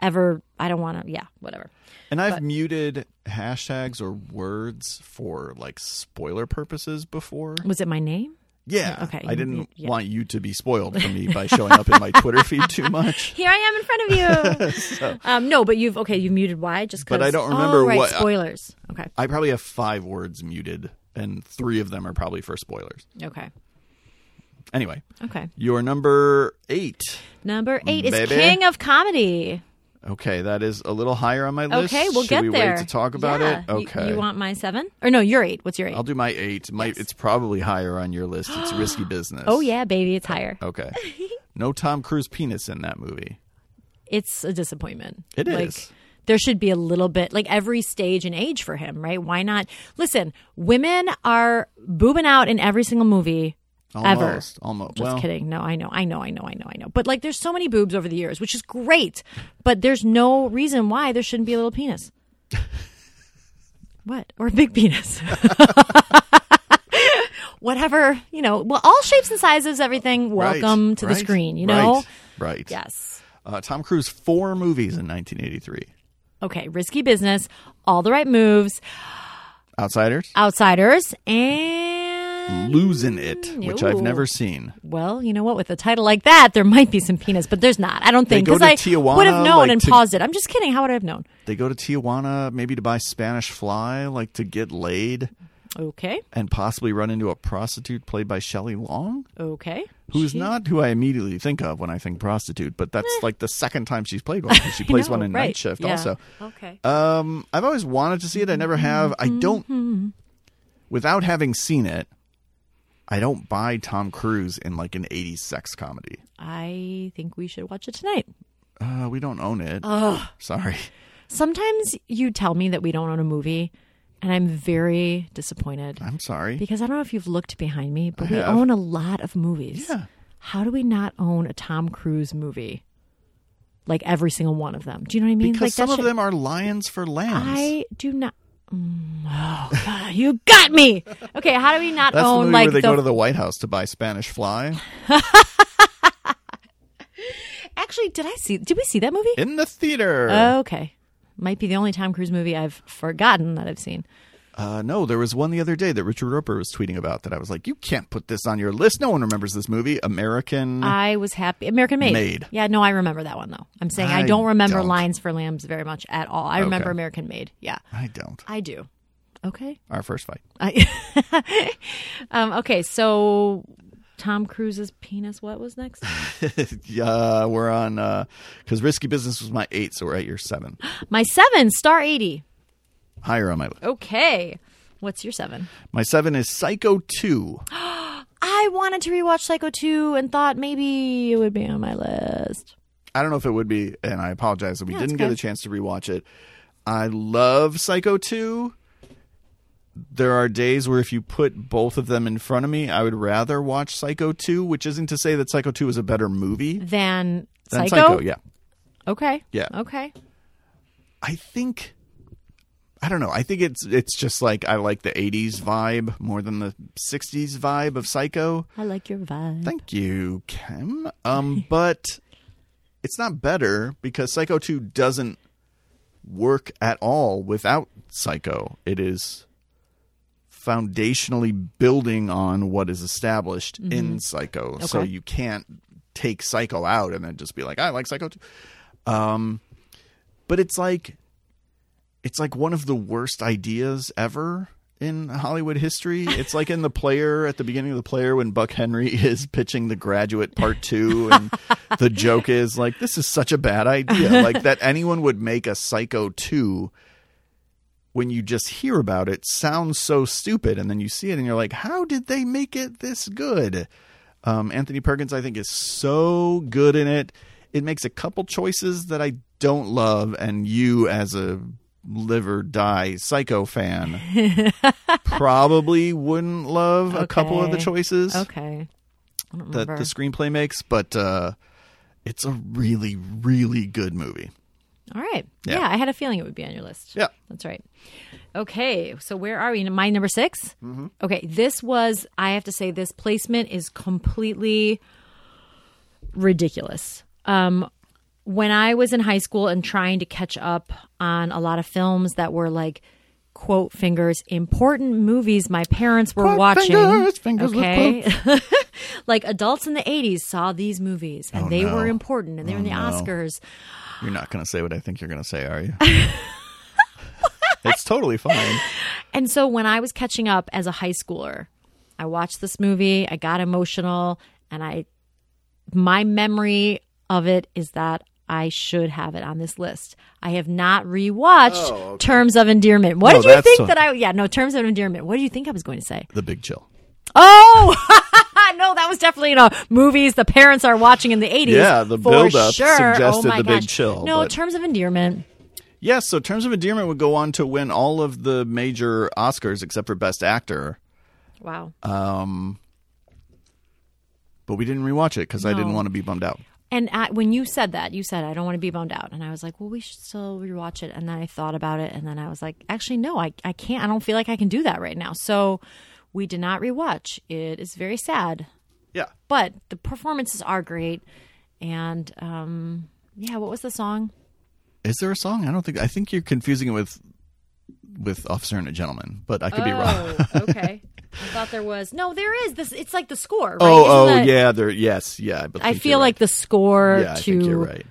ever, I don't want to, yeah, whatever.
and I've muted hashtags or words for like spoiler purposes before.
Was it my name?
Yeah,
Mm, okay,
I
you-
didn't
yeah.
want you to be spoiled for me by showing up in my Twitter feed too much.
Here I am in front of you. um, no, but you've, okay, you've muted why? Just
But
'cause-
I don't remember
oh, right,
what-
Spoilers. Okay.
I probably have five words muted, and three of them are probably for spoilers.
Okay.
Anyway,
Okay.
your number eight.
Number eight is
Baby.
King of Comedy.
Okay, that is a little higher on my list.
Okay, we'll
Should
get
we
there.
wait to talk about
Yeah.
it?
You-
Okay.
You, want my seven? Or no, your eight. What's your eight?
I'll do my eight. My, It's probably higher on your list. It's risky business.
oh yeah, baby, it's higher.
Okay. No Tom Cruise penis in that movie.
It's a disappointment.
It
It is.
is.
There should be a little bit, like every stage and age for him, right? Why not? Listen, women are boobing out in every single movie ever.
Almost. Almost.
Just
well,
kidding. No, I know, I know, I know, I know, I know. But like, there's so many boobs over the years, which is great. But there's no reason why there shouldn't be a little penis. what or a big penis? Whatever you know. Well, all shapes and sizes, everything.
right,
Welcome to the
right,
screen. You know.
Right. right.
Yes.
Uh, Tom Cruise, four movies in 1983.
Okay. Risky business. All the right moves.
Outsiders.
Outsiders and.
Losing It, which I've
Ooh.
never seen.
Well, you know what? With a title like that, there might be some penis, but there's not. I don't think
go
because
to
I
Tijuana,
would have known
like,
and
to-
paused it. I'm just kidding. How would I have known?
They go to Tijuana maybe to buy Spanish Fly, like to get laid
Okay.
and possibly run into a prostitute played by Shelley Long.
Okay.
who's
She- Eh.
not who I immediately think of when I think prostitute, but that's like the second time she's played one. She plays
know,
one in Night
right,
Shift
yeah.
also.
Okay.
Um, I've always wanted to see it. I never have.
Mm-hmm.
I don't, without having seen it, I don't buy Tom Cruise in like an 80s sex comedy.
I think we should watch it tonight.
Uh, we don't own it. Sorry.
Sometimes you tell me that we don't own a movie and I'm very disappointed
I'm sorry.
because I don't know if you've looked behind me, but
I
we
have.
own a lot of movies.
Yeah.
How do we not own a Tom Cruise movie? Like every single one of them. Do you know what I mean?
because
like that
some of
shit-
them are lions for lambs.
I do not. Mm, oh, God, you got me. Okay, how do we not
That's the
own
movie
like
where they
the
go to Oh, the White House to buy Spanish fly.
Actually, did I see? Did we see that movie?
In the theater.
Oh, okay, might be the only Tom Cruise movie I've forgotten that I've seen.
Uh, no, there was one the other day that Richard Roper was tweeting about that I was like, you can't put this on your list. No one remembers this movie. American.
I was happy. American Made.
Made.
Yeah, no, I remember that one though. I'm saying I,
I
don't remember
don't.
Lines for Lambs very much at all. I remember
Okay.
American Made. Yeah,
I don't.
I do. Okay.
Our first fight.
I, um, okay, so Tom Cruise's penis. What was next?
yeah, we're on because Risky Business was my eight, so we're at your seven.
My seven star eighty.
Higher on my list.
Okay, what's your seven?
My seven is Psycho Two.
I wanted to rewatch Psycho 2 and thought maybe it would be on my list.
I don't know if it would be, and I apologize that we
Yeah, it's
didn't get
okay.
a chance to rewatch it. I love Psycho 2. There are days where if you put both of them in front of me, I would rather watch Psycho 2, which isn't to say that Psycho 2 is a better movie
Than
than
Psycho?
Psycho yeah.
Okay.
Yeah.
Okay.
I think I don't know. I think it's it's just like I like the 80s vibe more than the 60s vibe of Psycho.
I like your vibe.
Thank you, Kim. Um, but it's not better because Psycho 2 doesn't work at all without Psycho. It is foundationally building on what is established in Psycho. So
Okay.
you can't take Psycho out and then just be like, I like Psycho 2. Um, but it's like it's like one of the worst ideas ever in Hollywood history. It's like in the player at the beginning of the player when Buck Henry is pitching The Graduate Part 2 and the joke is like this is such a bad idea like that anyone would make a Psycho 2 when you just hear about it sounds so stupid and then you see it and you're like how did they make it this good um, anthony perkins i think is so good in it it makes a couple choices that i don't love and you as a live or die psycho fan probably wouldn't love a couple of the
Okay.
choices
Okay. I don't
that
remember.
the screenplay makes but uh, it's a really really good movie
All right.
Yeah.
Yeah. I had a feeling it would be on your list.
yeah
That's right. Okay, so where are we? My number 6
Mm-hmm.
Okay, this was, I have to say, this placement is completely ridiculous. Um, when I was in high school and trying to catch up on a lot of films that were like, quote fingers, important movies my parents were
Quote
watching.
fingers, fingers with
okay. like adults in the 80s saw these movies and
Oh,
they
no. Oh,
were important and they were in the
no.
Oscars.
You're not going to say what I think you're going to say, are you? it's totally fine.
And so when I was catching up as a high schooler, I watched this movie, I got emotional, and I my memory of it is that I should have it on this list. I have not rewatched Terms of Endearment. What
Oh, No,
did you
that's
think
a-
that I Yeah, no, Terms of Endearment. What do you think I was going to say?
The Big Chill.
Oh, no, that was definitely you know movies the parents are watching in the 80s.
Yeah, the
for
buildup
sure.
suggested
oh my
the big
gosh.
chill,
No,
but-
Terms of Endearment.
Yes, so Terms of Endearment would go on to win all of the major Oscars except for Best Actor,
Wow.
but we didn't rewatch it because I didn't want to be bummed out.
And I, when you said that, you said I don't want to be bummed out, and I was like, well, we should still rewatch it. And then I thought about it, and then I was like, actually, no, I I can't. I don't feel like I can do that right now. So we did not rewatch. It is very sad,
Yeah.
but the performances are great. And um, yeah, what was the song?
Is there a song? I don't think. I think you're confusing it with with Officer and a Gentleman, but I could be
Oh.
wrong.
okay. I thought there was no. There is this. It's like the score. Right?
Oh, oh,
Isn't that-
yeah. There. Yes, yeah. But
I feel like the score
yeah, I think
to
you're right.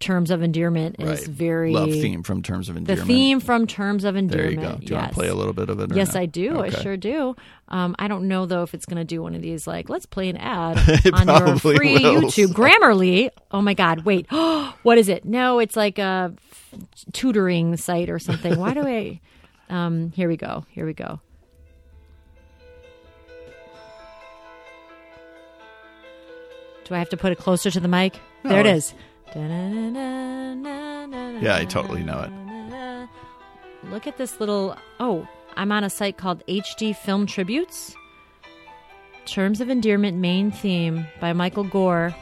Terms of Endearment
Right.
is very
love theme from Terms of
The
Endearment.
theme from Terms of
There you
Endearment.
go. Do you
yes.
want to play a little bit of it? or
Yes,
no?
I do.
Okay.
I sure do. Um, I don't know though if it's going to do one of these like let's play an ad
It
on your
probably
free
will.
YouTube Grammarly. Oh my God! Wait, what is it? No, it's like a f- tutoring site or something. Why do I? Um, here we go. Here we go. Do I have to put it closer to the mic?
No,
there it
it's-
is. Yeah,
I totally know it.
Look at this little. Oh, I'm on a site called HD Film Tributes. Terms of Endearment main theme by Michael Gore.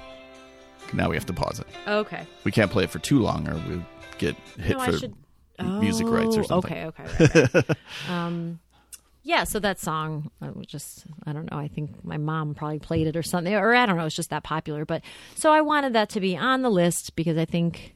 Now we have to pause it.
Okay.
We can't play it for too long, or we get hit
No, I
for
should-
music rights or
Oh,
something.
Okay, okay. right, right. um, yeah, so that song, I was just, I don't know, I think my mom probably played it or something, or I don't know, it's just that popular. But so I wanted that to be on the list because I think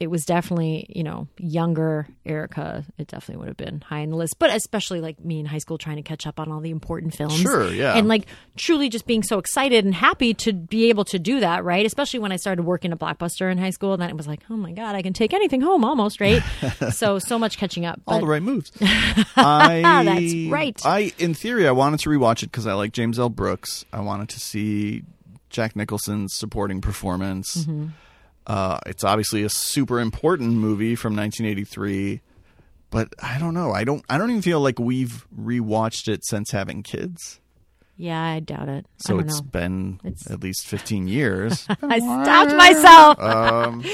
it was definitely, you know, younger Erica, it definitely would have been high on the list, but especially like me in high school trying to catch up on all the important films.
Sure, yeah.
And like truly just being so excited and happy to be able to do that, right? Especially when I started working at Blockbuster in high school, then it was like, oh my God, I can take anything home almost, right? so, so much catching up.
All
but-
the right moves. I,
That's right.
I, in theory, I wanted to rewatch it because I like James L. Brooks. I wanted to see Jack Nicholson's supporting performance.
Mm-hmm.
Uh, it's obviously a super important movie from 1983, but I don't know. I don't. I don't even feel like we've rewatched it since having kids.
Yeah, I doubt it. I
So
don't
it's
know.
been at least 15 years.
I stopped myself.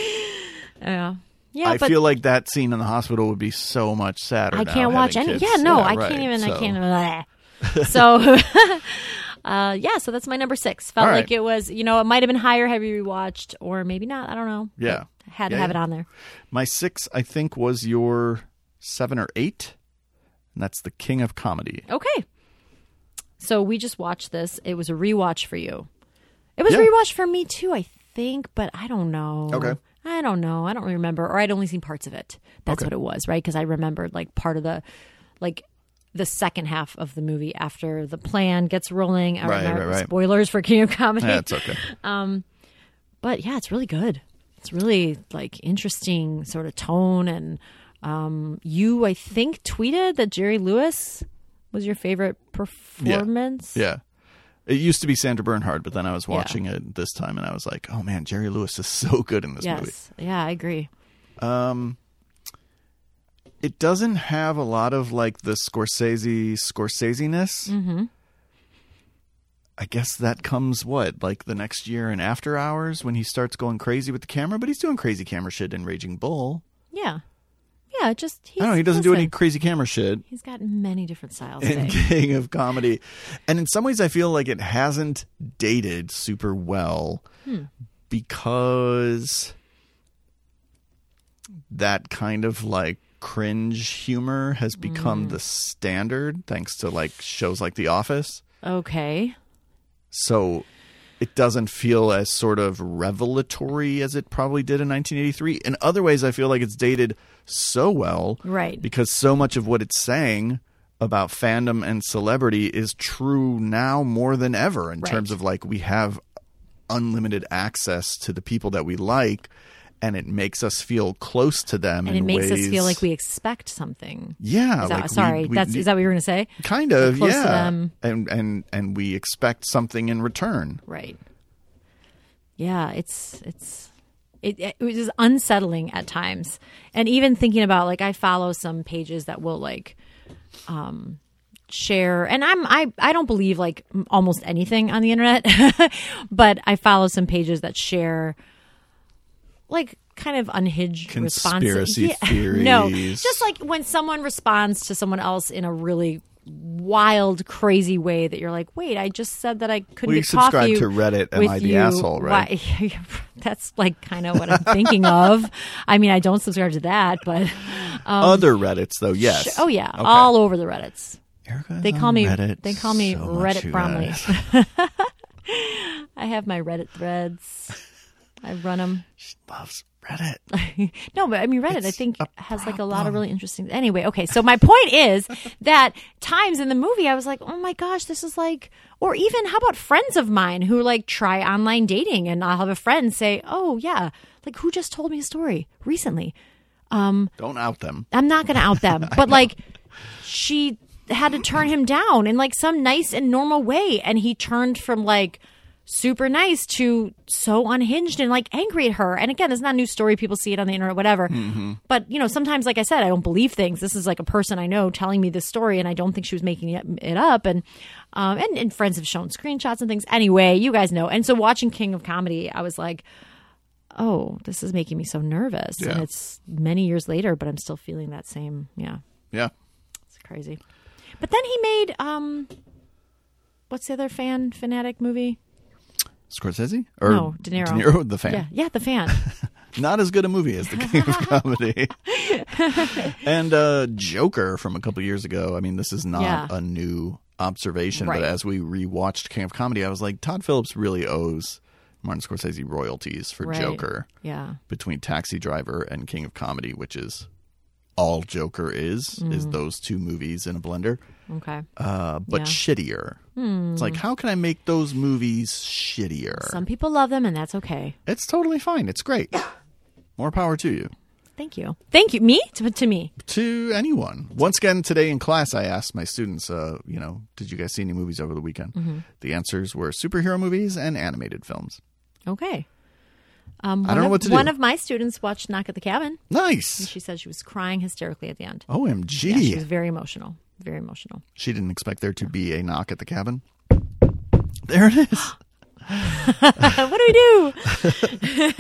yeah. Yeah,
Um, I
but
feel like that scene in the hospital would be so much sadder.
I
now,
can't watch
having
any.
kids.
Yeah, no, I
right,
can't even.
so.
I can't. bleh. so, uh, yeah, so that's my number six. Felt
All right.
like it was, you know, it might have been higher had we rewatched, or maybe not. I don't know.
Yeah.
But had to
Yeah,
have it
yeah.
on there.
My six, I think, was your seven or eight, and that's the King of Comedy.
Okay. So we just watched this. It was a rewatch for you. It was
Yeah.
rewatch for me too, I think, but I don't know.
Okay.
I don't know. I don't remember, or I'd only seen parts of it. That's
Okay.
what it was, right? Because I remembered like part of the, like, the second half of the movie after the plan gets rolling. I
Right,
remember
right, right.
spoilers for King of Comedy,
That's okay.
but yeah, it's really good. It's really like interesting sort of tone, and um, you, I think, tweeted that Jerry Lewis was your favorite performance.
Yeah. It used to be Sandra Bernhard, but then I was watching it this time, and I was like, "Oh man, Jerry Lewis is so good in this movie."
Yes. Yeah, I agree.
It doesn't have a lot of like the Scorsese Scorseseness. Mm-hmm. I guess that comes what like the next year in After Hours when he starts going crazy with the camera, but he's doing crazy camera shit in Raging Bull.
Yeah. Yeah, just he's,
I don't know. He doesn't do any
listen,
crazy camera shit.
He's got many different styles.
and
today.
king of comedy. And in some ways, I feel like it hasn't dated super well because that kind of like cringe humor has become the standard thanks to like shows like The Office.
Okay.
So it doesn't feel as sort of revelatory as it probably did in 1983. In other ways, I feel like it's dated so well
Right.
because so much of what it's saying about fandom and celebrity is true now more than ever in
Right.
terms of like we have unlimited access to the people that we like and it makes us feel close to them
And
in
it makes us
ways-
feel like we expect something.
yeah
Is that,
like we-
sorry,
we-
that's is that what you were going to say?
kind of
close to
yeah
them.
and and and we expect something in return
Right. Yeah, it's it's it, it was unsettling at times, and even thinking about like I follow some pages that will like um share and i'm i i don't believe like m- almost anything on the internet but i follow some pages that share like kind of unhinged responses
Conspiracy
no
theories.
just like when someone responds to someone else in a really wild crazy way that you're like wait i just said that i couldn't
Well, you
get coffee
subscribe to Reddit, Am
with
I the
you.
Asshole, right?
Why- that's like kind of what i'm thinking of i mean i don't subscribe to that but
other reddits though yes
Um, oh yeah
Okay.
all over the reddits
Erica is
they
on
call me
Reddit
they call me
so much,
reddit
you
bromley
guys.
i have my reddit threads i run them
loves reddit
no, but I mean, Reddit, I
It's
think,
a
has like a lot of really interesting. Anyway, okay, so my point is that times in the movie, I was like, oh my gosh, this is like, or even how about friends of mine who like try online dating and I'll have a friend say, oh yeah, like who just told me a story recently?
don't out them
I'm not going to out them, but like she had to turn him down in like some nice and normal way. And he turned from like super nice to so unhinged and like angry at her. And again, it's not a new story. People see it on the internet, whatever. But you know, sometimes, like I said, I don't believe things. This is like a person I know telling me this story and I don't think she was making it, it up. And, um, and, and friends have shown screenshots and things. Anyway, you guys know. And so watching King of Comedy, I was like, oh, this is making me so nervous.
Yeah.
And it's many years later, but I'm still feeling that same. Yeah.
yeah
It's crazy. But then he made um, what's the other fan fanatic movie?
Scorsese or
no, De Niro.
the fan.
Yeah, yeah, the fan.
Not as good a movie as The King of Comedy. and uh, Joker from a couple years ago. I mean, this is not
Yeah.
a new observation,
Right.
but as we rewatched King of Comedy, I was like, Todd Phillips really owes Martin Scorsese royalties for
Right.
Joker
yeah,
between Taxi Driver and King of Comedy, which is all Joker is, is those two movies in a blender,
okay.
uh, but
Mm. Yeah. Hmm.
shittier. It's like, how can I make those movies shittier?
Some people love them, and that's okay.
It's totally fine. It's great. More power to you.
Thank you, thank you. Me to, to me.
To anyone. Once again, today in class, I asked my students, uh, you know, did you guys see any movies over the weekend?
Mm-hmm.
The answers were superhero movies and animated films.
Okay. Um, one
I don't know
of,
what to do.
One of my students watched Knock at the Cabin.
Nice.
She said she was crying hysterically at the end.
OMG.
Yeah, she
she,
was very emotional. Very emotional.
didn't expect there to be a knock at the cabin. There it is.
what do we do?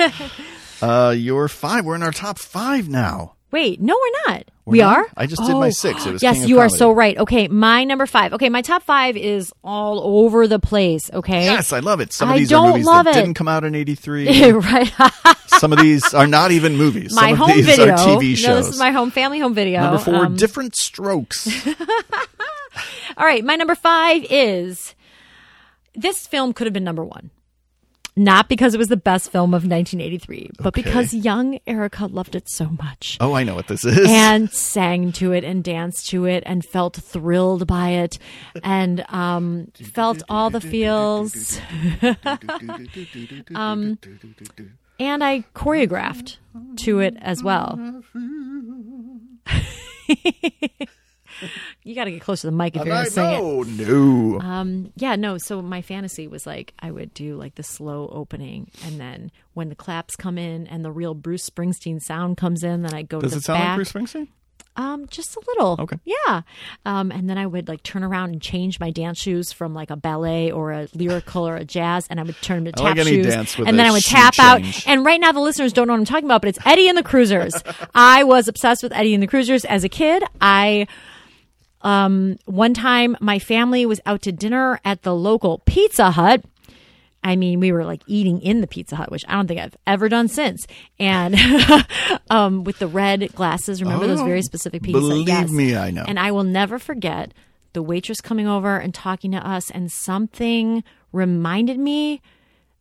Uh, you're five. We're in our top five now.
Wait, no, we're not.
We're
we
not?
are. Oh,
I just did my six. It was
yes,
King of
you are
Comedy.
so right. Okay, my number five. Okay, my top five is all over the place. Okay,
Yes, I love it. Some of
I
these
don't
are movies
love
that
it.
didn't come out in 83.
right.
Some of these are not even movies.
my
Some of
home
these
video.
are TV shows.
No, this is my home family home video.
Number four,
Um,
different strokes.
all right, my number five is this film could have been number one. Not because it was the best film of 1983, but
Okay.
because young Erica loved it so much.
Oh, I know what this is.
and sang to it and danced to it and felt thrilled by it and um, felt all the feels. um, and I choreographed to it as well. you got to get close to the mic if you're going to sing it.
no, no.
Um, yeah, no. So my fantasy was like I would do like the slow opening, and then when the claps come in and the real Bruce Springsteen sound comes in, then I go
Does
to the
it sound
back.
like Bruce Springsteen?
Um, just a little.
Okay.
Yeah. Um, and then I would like turn around and change my dance shoes from like a ballet or a lyrical or a jazz, and I would turn them to
I like
tap
any
shoes,
dance with
and
a
then I would
shoe
tap
change.
out. And right now, the listeners don't know what I'm talking about, but it's Eddie and the Cruisers. I was obsessed with Eddie and the Cruisers as a kid. I. Um, one time my family was out to dinner at the local Pizza Hut. I mean, we were like eating in the Pizza Hut, which I don't think I've ever done since. And um, with the red glasses, remember those
Oh,
very specific Pizza Hut?
believe
Yes.
me, I know.
And I will never forget the waitress coming over and talking to us, and something reminded me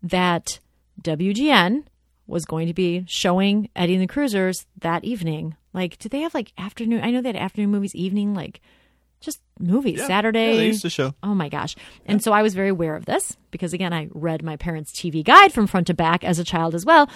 that WGN was going to be showing Eddie and the Cruisers that evening. Like, did they have like afternoon? I know they had afternoon movies, evening, like just movies, Saturday.
Yeah, they used to show.
Oh my gosh. And so I was very aware of this because, again, I read my parents' TV guide from front to back as a child as well.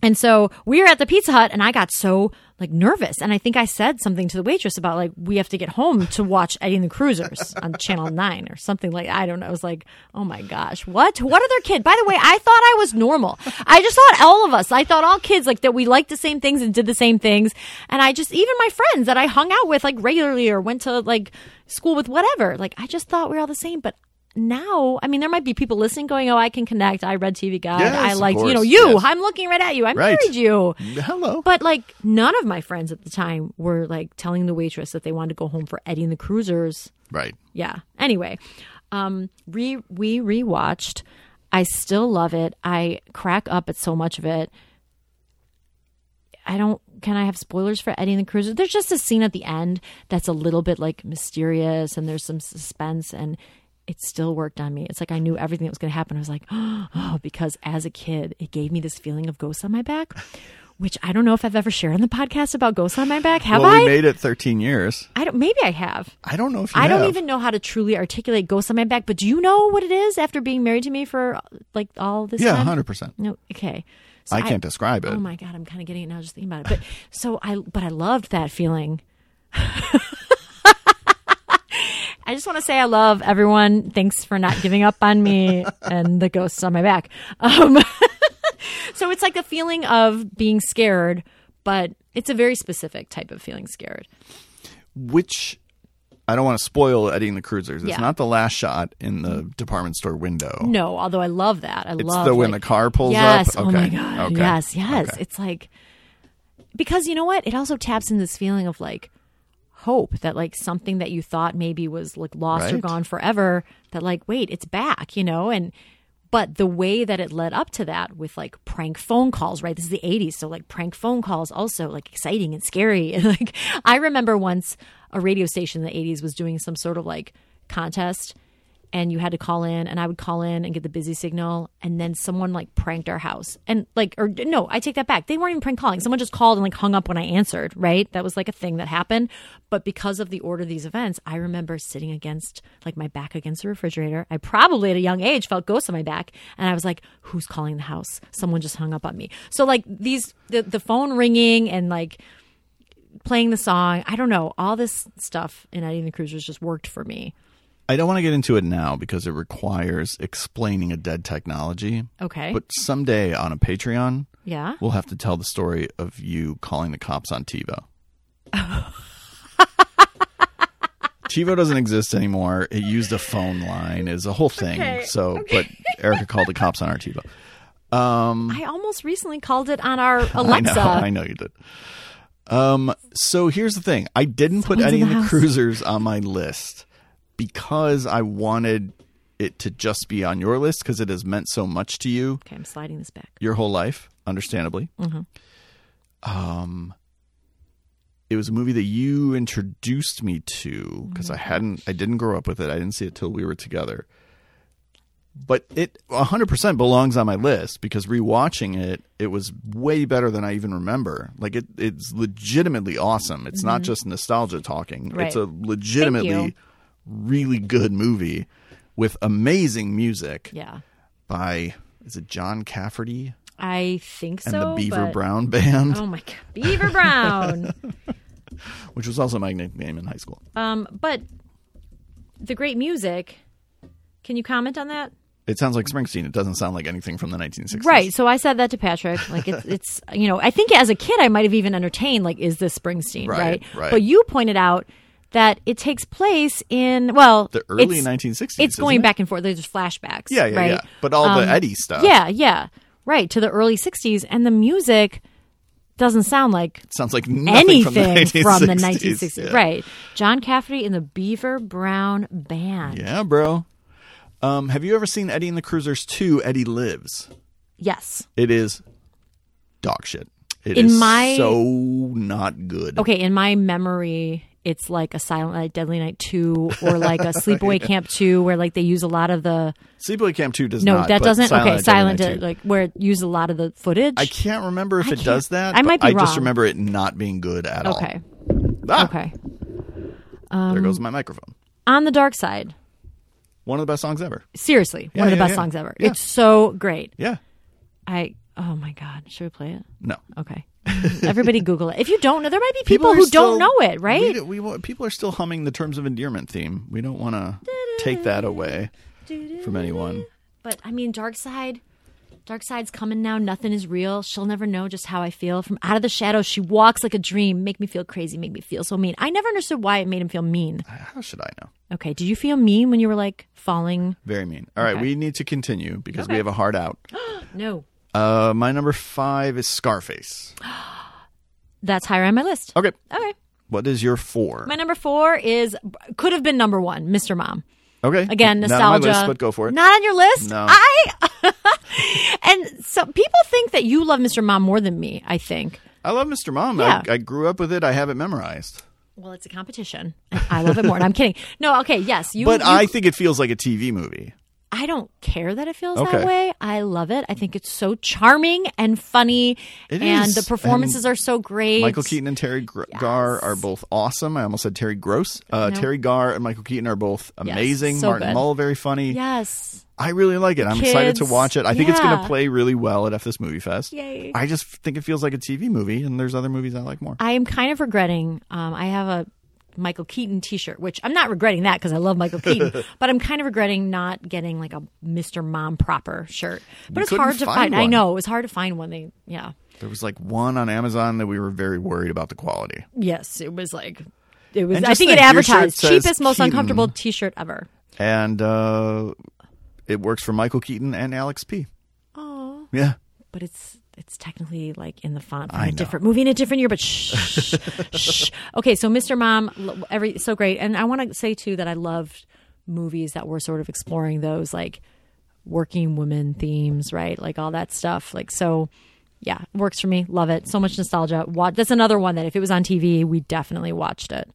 And so we were at the Pizza Hut and I got so like nervous. And I think I said something to the waitress about like, we have to get home to watch Eddie and the Cruisers on Channel 9 or something like I don't know. I was like, oh my gosh, what? What other kid? By the way, I thought I was normal. I just thought all of us, I thought all kids like that we liked the same things and did the same things. And I just, even my friends that I hung out with like regularly or went to like school with whatever, like I just thought we were all the same. But now, I mean, there might be people listening going, oh, I can connect. I read TV Guide.
Yes,
I
of
liked, you know,
course.
you.
Yes.
I'm looking right at you. I
Right.
married you.
Hello.
But like none of my friends at the time were like telling the waitress that they wanted to go home for Eddie and the Cruisers.
right.
Yeah. Anyway, um re we rewatched. I still love it. I crack up at so much of it. I don't can I have spoilers for Eddie and the Cruisers? There's just a scene at the end that's a little bit like mysterious and there's some suspense and it still worked on me. It's like I knew everything that was going to happen. I was like, oh, because as a kid, it gave me this feeling of ghosts on my back, which I don't know if I've ever shared on the podcast about ghosts on my back. Have
well,
I?
we made it 13 years.
I don't. Maybe I have.
I don't know if you
I don't
have.
even know how to truly articulate ghosts on my back, but do you know what it is after being married to me for like all this
Yeah,
time?
100%.
No, okay. So
I can't describe it.
Oh my god, I'm kind of getting it now just thinking about it. But so I, but I loved that feeling. I just want to say I love everyone. Thanks for not giving up on me and the ghosts on my back. Um, so it's like a feeling of being scared, but it's a very specific type of feeling scared.
Which, I don't want to spoil Eddie and the Cruisers. It's
Yeah.
not the last shot in the department store window.
No, although I love that. I
It's
love
the when
like-
the car pulls
yes,
up.
Oh my
Okay.
god.
Okay.
Yes, yes.
Okay.
It's like because you know what? It also taps in this feeling of like hope that like something that you thought maybe was like lost or
Right.
gone forever that like wait it's back you know and but the way that it led up to that with like prank phone calls right this is the 80s so like prank phone calls also like exciting and scary and like i remember once a radio station in the 80s was doing some sort of like contest and you had to call in and i would call in and get the busy signal and then someone like pranked our house and like or no i take that back they weren't even prank calling someone just called and like hung up when i answered right that was like a thing that happened but because of the order of these events i remember sitting against like my back against the refrigerator i probably at a young age felt ghosts on my back and i was like who's calling the house someone just hung up on me so like these the, the phone ringing and like playing the song i don't know all this stuff in eddie and the cruisers just worked for me
I don't want to get into it now because it requires explaining a dead technology.
okay
But someday on a Patreon,
yeah
we'll have to tell the story of you calling the cops on TiVo. TiVo doesn't exist anymore. It used a phone line as a whole thing. So, but Erica called the cops on our TiVo.
I almost recently called it on our
I
Alexa.
know, I know you did. Um, so here's the thing: I didn't put
Someone's
any
in
of
the
the
house.
cruisers on my list because I wanted it to just be on your list because it has meant so much to you
Okay, I'm sliding this back.
your whole life, understandably.
Mm-hmm.
Um, it was a movie that you introduced me to because I
Mm-hmm.
hadn't, I didn't grow up with it. I didn't see it till we were together. But it 100% belongs on my list because rewatching it, it was way better than I even remember. Like it, it's legitimately awesome. It's not just nostalgia talking.
Mm-hmm. Right.
It's a legitimately
you.
really good movie with amazing music
Yeah,
by is it John Cafferty?
I think so.
and the Beaver
but-
Brown Band,
Oh my god, Beaver Brown. oh.
which was also my nickname in high school.
um, but the great music. Can you comment on that?
It sounds like Springsteen. It doesn't sound like anything from the 1960s.
Right. So I said that to Patrick. Like it's, it's you know, I think as a kid I might have even entertained like, is this Springsteen?
Right,
Right.
right.
But you pointed out that it takes place in well
The early
it's-
1960s.
It's
isn't
going
it?
back and forth. There's flashbacks.
Yeah, yeah,
right? Um,
yeah. But all the Eddie stuff.
Yeah, yeah. Right, to the early 60s. And the music doesn't sound like
It sounds like nothing
anything
from the 1960s. Yeah.
Right. John Cafferty and the Beaver Brown Band.
Yeah, bro. Um, have you ever seen Eddie and the Cruisers 2, Eddie Lives?
Yes.
It is dog shit. It is
In my-
so not good.
Okay, in my memory, it's like a Silent Night, Deadly Night 2 or like a Sleepaway Camp 2 where like they use a lot of the
Sleepaway Camp 2 does
No,
not.
that
but
doesn't.
Silent
okay,
Night, Deadly
Silent
Night 2.
Night, like where it used a lot of the footage.
I can't remember if it
can't-
does that.
I
but
might be
I just
wrong.
remember it not being good at all.
okay.
Ah,
Okay.
There
Um,
goes my microphone.
On the Dark Side.
One of the best songs ever.
Seriously, one of the
yeah,
best
yeah.
songs ever.
Yeah.
It's so great.
Yeah.
I oh my god, should we play it?
No.
Okay. Everybody Google it. If you don't know, there might be people,
are
who don't
still-
know it, right?
We, we, want- people are still humming the terms of endearment theme. We don't want to take that away from anyone.
But I mean, Dark Side, Dark Side's coming now. Nothing is real. She'll never know just how I feel. From out of the shadows, she walks like a dream. Make me feel crazy. Make me feel so mean. I never understood why it made him feel mean.
How should I know?
Okay, did you feel mean when you were like falling?
Very mean. All right,
Okay.
we need to continue because we have a hard out.
No,
Uh, my number five is Scarface.
that's higher on my list.
Okay,
Okay,
what is your four?
my number four is could have been number one, Mr. Mom.
okay,
Again,
Not
nostalgia.
On my list, but go for it.
Not on your list?
No.
I And so people think that you love Mr. Mom more than me, I think.
I love Mr. Mom.
Yeah.
I, I grew up with it. I have it memorized.
Well, it's a competition. And I love it more. And I'm kidding. No, okay, yes. You
but
you-
I think it feels like a TV movie.
I don't care that it feels
Okay.
that way. I love it. I think it's so charming and funny.
It
and
is.
the performances
And
are so great.
Michael Keaton and Terry Gr- Garr are both awesome. I almost said Terry Gross. Uh, Terry Garr and Michael Keaton are both amazing.
so
Martin
good.
Mull, very funny.
Yes.
I really like it. I'm excited to
kids.
watch it. I think it's going to
Yeah.
play really well at F This Movie Fest.
Yay.
I just think it feels like a TV movie, and there's other movies I like more.
I am kind of regretting. Um, I have a Michael Keaton T-shirt, which I'm not regretting that because I love Michael Keaton, but I'm kind of regretting not getting like a Mr. Mom proper shirt. But it's
couldn't
hard to
find
find. I
one.
know it was hard to find one. They, yeah,
There was like one on Amazon that we were very worried about the quality.
yes, it was like it was.
And
I
just
think it
that your shirt
advertised
says
cheapest, most
Keaton.
uncomfortable T-shirt ever.
And uh, it works for Michael Keaton and Alex P.
Oh,
Yeah.
but it's it's technically like in the font from
I
a
know.
different movie in a different year, but shh, shh. Okay, so Mr. Mom, l- every so great, and I want to say too that I loved movies that were sort of exploring those like working women themes, right? Like all that stuff. Like so, yeah, it works for me. Love it. So much nostalgia. Watch. That's another one that if it was on TV, we definitely watched it.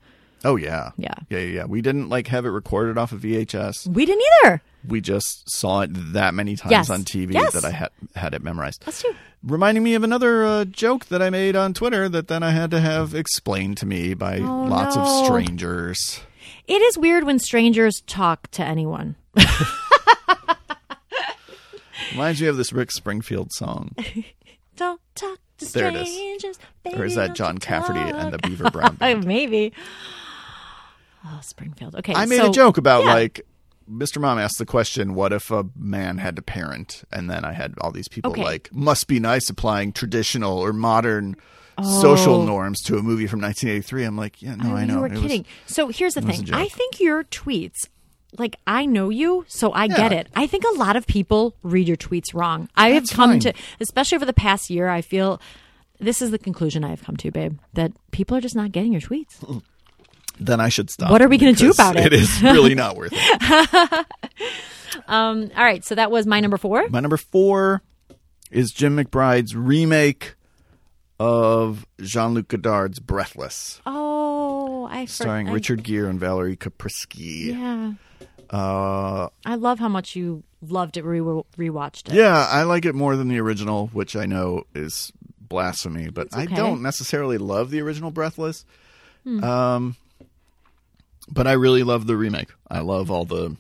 Oh yeah.
Yeah.
Yeah, yeah, yeah. We didn't like have it recorded off of VHS.
We didn't either.
We just saw it that many times
Yes.
on TV
Yes.
that I had had it memorized.
Let's do.
Reminding me of another uh, joke that I made on Twitter that then I had to have explained to me by
Oh,
lots
no.
of strangers.
It is weird when strangers talk to anyone.
Reminds me of this Rick Springfield song.
Don't talk to
There it
strangers.
is.
Baby,
Or is that
don't
John
you
Cafferty
talk.
and the Beaver Brown Band?
Maybe. Oh, Springfield. Okay.
I made
so-
a joke about
yeah.
like Mr. Mom asked the question, "What if a man had to parent?" And then I had all these people
Okay.
like, "Must be nice applying traditional or modern social
Oh.
norms to a movie from 1983." I'm like, "Yeah, no,
Oh,
I know."
You were
It was-
kidding. so here's the
was a
thing.
joke.
I think your tweets, like I know you, so I get
Yeah.
it. I think a lot of people read your tweets wrong. I have
That's
come
fine.
to, especially over the past year, I feel this is the conclusion I have come to, babe, that people are just not getting your tweets.
then I should stop.
What are we gonna do
because
about it?
It is really not worth it.
All right. So that was my number four.
My number 4 is Jim McBride's remake of Jean-Luc Godard's Breathless,
Oh, I
starring
I-
Richard Gere and Valerie Kaprisky.
Yeah.
Uh,
I love how much you loved it. Re- rewatched it.
Yeah, I like it more than the original, which I know is blasphemy, but
okay. Hmm.
I don't necessarily love the original Breathless. Um, but I really love the remake. I love all the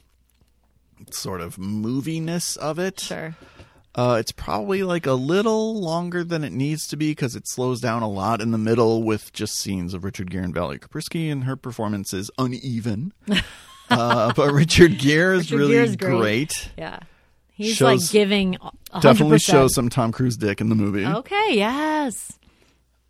sort of moviness of it.
Sure.
Uh, it's probably like a little longer than it needs to be because it slows down a lot in the middle with just scenes of Richard Gere and Valerie Kaprisky, and her performance is uneven. uh, but Richard Gere is
Richard
really
Gere's great.
great
Yeah. He's
Shows-
like giving a 100%.
definitely shows some Tom Cruise dick in the movie.
Okay, yes.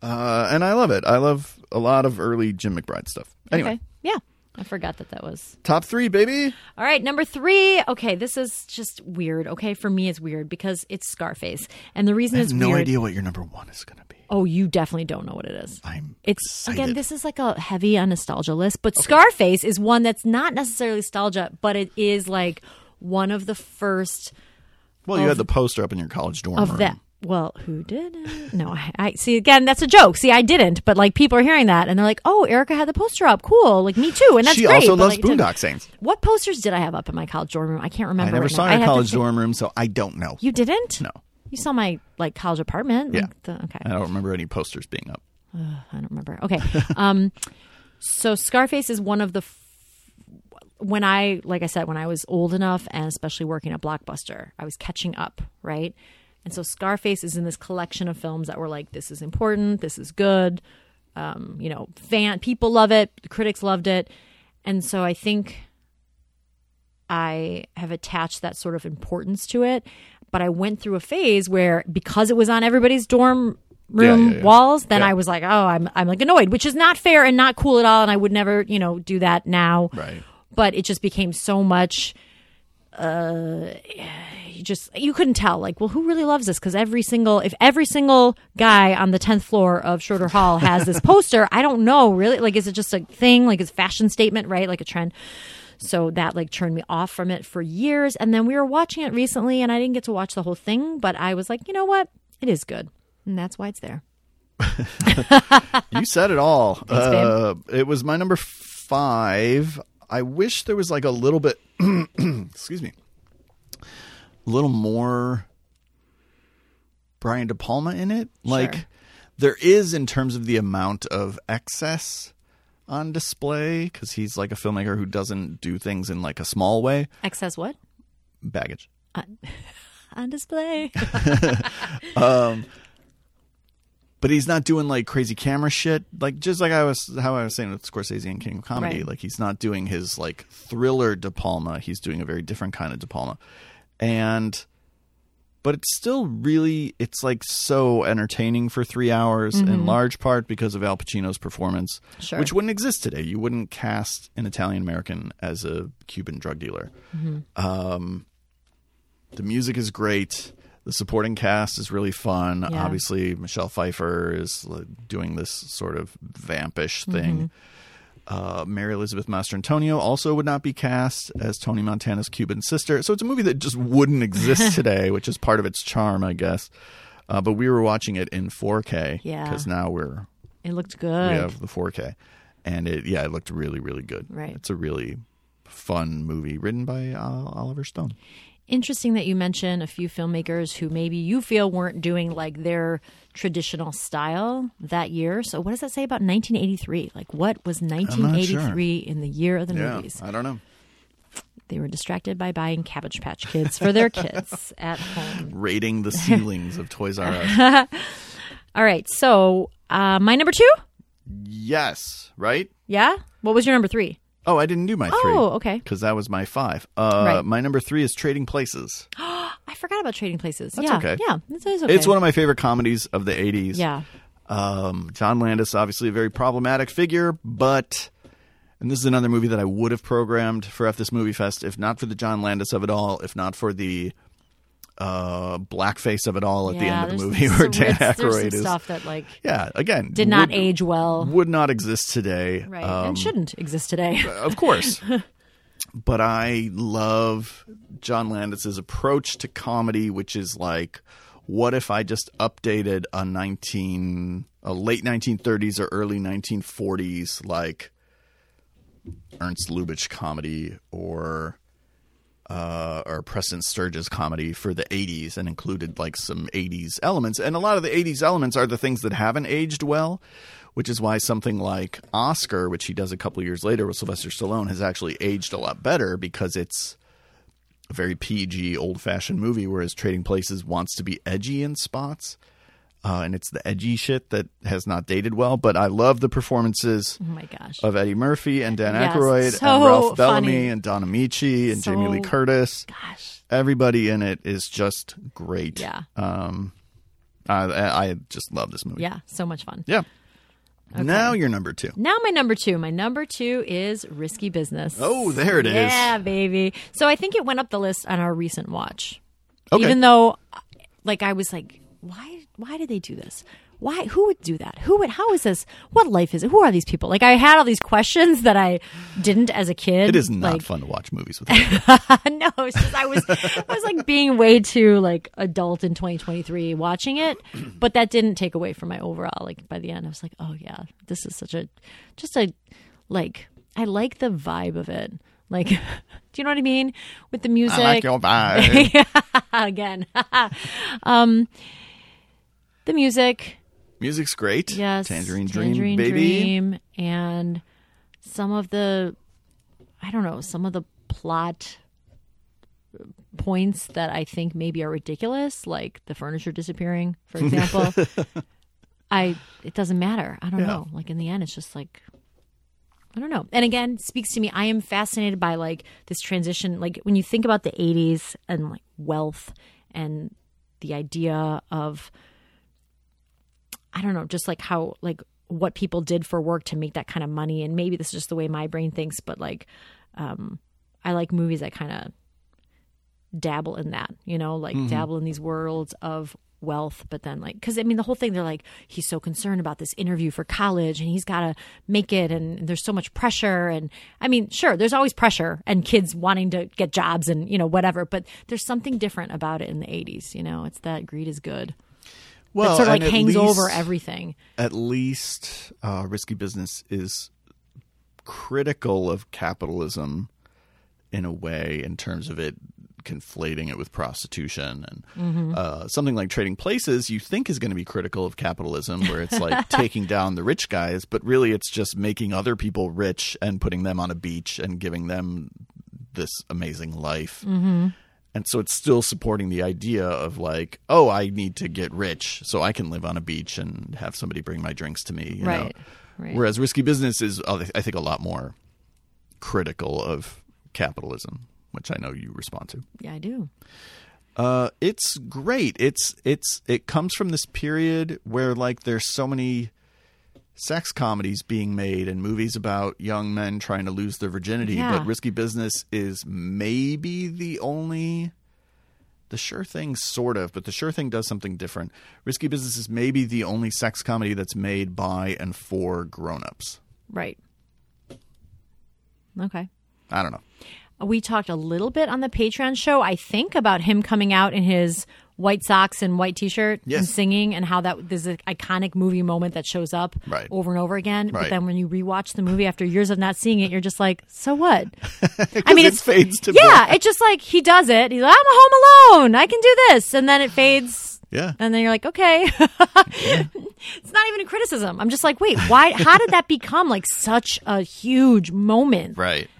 Uh, and I love it. I love a lot of early Jim McBride stuff. Anyway,
Okay. Yeah. I forgot that that was.
top three, baby.
All right, number three. Okay, this is just weird. Okay, for me, it's weird because it's Scarface. And the reason
I
it's
have no
weird.
idea what your number one is going to be.
Oh, you definitely don't know what it is.
I'm
It's
excited.
again, this is like a heavy on nostalgia list, but Scarface is one that's not necessarily nostalgia, but it is like one of the first
Well, you had the poster up in your college dorm
of
room.
that. Well, who didn't? No, I, I see. Again, that's a joke. See, I didn't, but like people are hearing that and they're like, "Oh, Erica had the poster up. Cool. Like me too." And that's
she
great.
also
but,
loves
like, it didn't-
Boondock Saints.
What posters did I have up in my college dorm room? I can't remember.
I never
right
saw
now.
her in
have
your
to
college
think-
dorm room, so I don't know.
You didn't?
No.
You saw my like college apartment.
Yeah.
Like, the- okay.
I don't remember any posters being up.
I don't remember. Okay. um, so Scarface is one of the. F- when I, like I said, when I was old enough and especially working at Blockbuster, I was catching up, right? And so Scarface is in this collection of films that were like, this is important, this is good. Um, you know, fan people love it, critics loved it. And so I think I have attached that sort of importance to it. But I went through a phase where because it was on everybody's dorm room
Yeah, yeah, yeah.
walls, then
Yeah.
I was like, oh, I'm I'm like annoyed, which is not fair and not cool at all. And I would never, you know, do that now.
Right.
But it just became so much. Uh, you just you couldn't tell. Like, well, who really loves this? Because every single, if every single guy on the tenth floor of Schroeder Hall has this poster, I don't know really. Like, is it just a thing? Like, it's a fashion statement, right? Like a trend. So that like turned me off from it for years. And then we were watching it recently, and I didn't get to watch the whole thing, but I was like, you know what? It is good, and that's why it's there.
You said it all.
babe.
uh, it was my number five. I wish there was like a little bit, excuse me, a little more Brian De Palma in it. Like there is in terms of the amount of excess on display because he's like a filmmaker who doesn't do things in like a small way.
Excess what?
Baggage.
on display.
but he's not doing like crazy camera shit. Like just like I was how I was saying with Scorsese and King of Comedy,
Right.
like he's not doing his like thriller De Palma. He's doing a very different kind of De Palma, and but it's still really it's like so entertaining for three hours in large part because of Al Pacino's performance,
Mm-hmm. Sure.
which wouldn't exist today. You wouldn't cast an Italian American as
Mm-hmm.
a Cuban drug dealer. Um, the music is great. The supporting cast is really fun.
Yeah.
Obviously, Michelle Pfeiffer is like, doing this sort of vampish
Mm-hmm.
thing. Uh, Mary Elizabeth Mastrantonio also would not be cast as Tony Montana's Cuban sister. So it's a movie that just wouldn't exist today, which is part of its charm, I guess. Uh, but we were watching it in 4K
Yeah.
because now we're
It looked good.
we have the 4K, and it yeah, it looked really really good.
Right.
it's a really fun movie written by uh, Oliver Stone.
Interesting that you mention a few filmmakers who maybe you feel weren't doing like their traditional style that year. So what does that say about 1983? Like what was 1983 in the year of the movies?
I don't know.
They were distracted by buying Cabbage Patch Kids for their kids at home.
Rating the ceilings of Toys R Us.
All right, so uh, my number two,
yes, right.
yeah. What was your number three?
Oh, I didn't do my three.
Oh, okay.
Because that was my five. Uh,
Right.
My number three is Trading Places.
I forgot about Trading Places.
That's
yeah,
okay.
yeah, it's, it's okay.
It's one of my favorite comedies of the '80s.
yeah,
Um, John Landis, obviously a very problematic figure, but and this is another movie that I would have programmed for F this movie fest, if not for the John Landis of it all, if not for the uh, blackface of it all at the
Yeah,
end of the
there's
movie
some-
where Dan
there's- there's
Aykroyd
some
is.
stuff that like
Yeah, again,
did not
would-
age well,
Would not exist today.
right,
Um,
and shouldn't exist today. Oh
of course. but I love John Landis's approach to comedy, which is like, what if I just updated a nineteen, a late nineteen thirties or early nineteen forties, like Ernst Lubitsch comedy or. Uh, or Preston Sturges comedy for the 80s and included like some 80s elements. And a lot of the 80s elements are the things that haven't aged well, which is why something like Oscar, which he does a couple years later with Sylvester Stallone, has actually aged a lot better because it's a very PG, old fashioned movie, whereas Trading Places wants to be edgy in spots. Uh, and it's the edgy shit that has not dated well, but I love the performances
oh my gosh,
of Eddie Murphy and Dan
Yes,
Aykroyd and
so
Ralph Bellamy
funny.
and Don Amici and
So-
Jamie Lee Curtis.
gosh,
Everybody in it is just great.
yeah,
I, I I just love this movie.
yeah, so much fun.
Yeah. Now you're number two.
Now my number two. My number two is Risky Business.
Oh, there it is.
Yeah, baby. So I think it went up the list on our recent watch.
Okay.
Even though like I was like, why why did they do this? Why who would do that? Who would how is this? What life is it? Who are these people? Like I had all these questions that I didn't as a kid.
It is not
like,
fun to watch movies with. you.
no, it's just I was I was like being way too like adult in 2023 watching it, but that didn't take away from my overall like by the end I was like, "Oh yeah, this is such a just a like I like the vibe of it." Like do you know what I mean with the music?
I like your vibe.
again. um, the music,
Music's great.
yes,
Tangerine Dream,
Tangerine
baby.
Dream, and some of the, I don't know, some of the plot points that I think maybe are ridiculous, like the furniture disappearing, for example. I it doesn't matter. I don't know. Like in the end, it's just like I don't know. And again, speaks to me. I am fascinated by like this transition. Like when you think about the '80s and like wealth and the idea of I don't know, just like how like what people did for work to make that kind of money. And maybe this is just the way my brain thinks, but like um, I like movies that kind of dabble in that, you know, like
Mm-hmm.
dabble in these worlds of wealth, but then like, cause I mean, the whole thing, they're like, he's so concerned about this interview for college and he's got to make it. And there's so much pressure. And I mean, sure, there's always pressure and kids wanting to get jobs and, you know, whatever, but there's something different about it in the 80s, you know, it's that greed is good. That
Well,
sort of like
and at
hangs over
least-
everything.
At least uh, Risky Business is critical of capitalism in a way in terms of it conflating it with prostitution and uh, something like trading places you think is going to be critical of capitalism where it's like taking down the rich guys but really it's just making other people rich and putting them on a beach and giving them this amazing life and so it's still supporting the idea of like oh i need to get rich so i can live on a beach and have somebody bring my drinks to me you
Right,
know?
right.
whereas risky business is uh, i think a lot more critical of capitalism which i know you respond to
Yeah, I do.
uh, it's great. It's it's it comes from this period where like there's so many sex comedies being made and movies about young men trying to lose their virginity,
Yeah.
but Risky Business is maybe the only The Sure Thing, sort of, but The Sure Thing does something different. Risky Business is maybe the only sex comedy that's made by and for grown-ups.
Right. Okay.
I don't know.
We talked a little bit on the Patreon show, I think, about him coming out in his white socks and white t-shirt and
Yes.
singing and how that there's an iconic movie moment that shows up
Right.
over and over again but
Right.
then when you rewatch the movie after years of not seeing it you're just like so what i mean
it fades to
yeah it's just like he does it he's like i'm home alone i can do this and then it fades
Yeah.
and then you're like okay it's not even a criticism i'm just like wait why how did that become like such a huge moment
Right.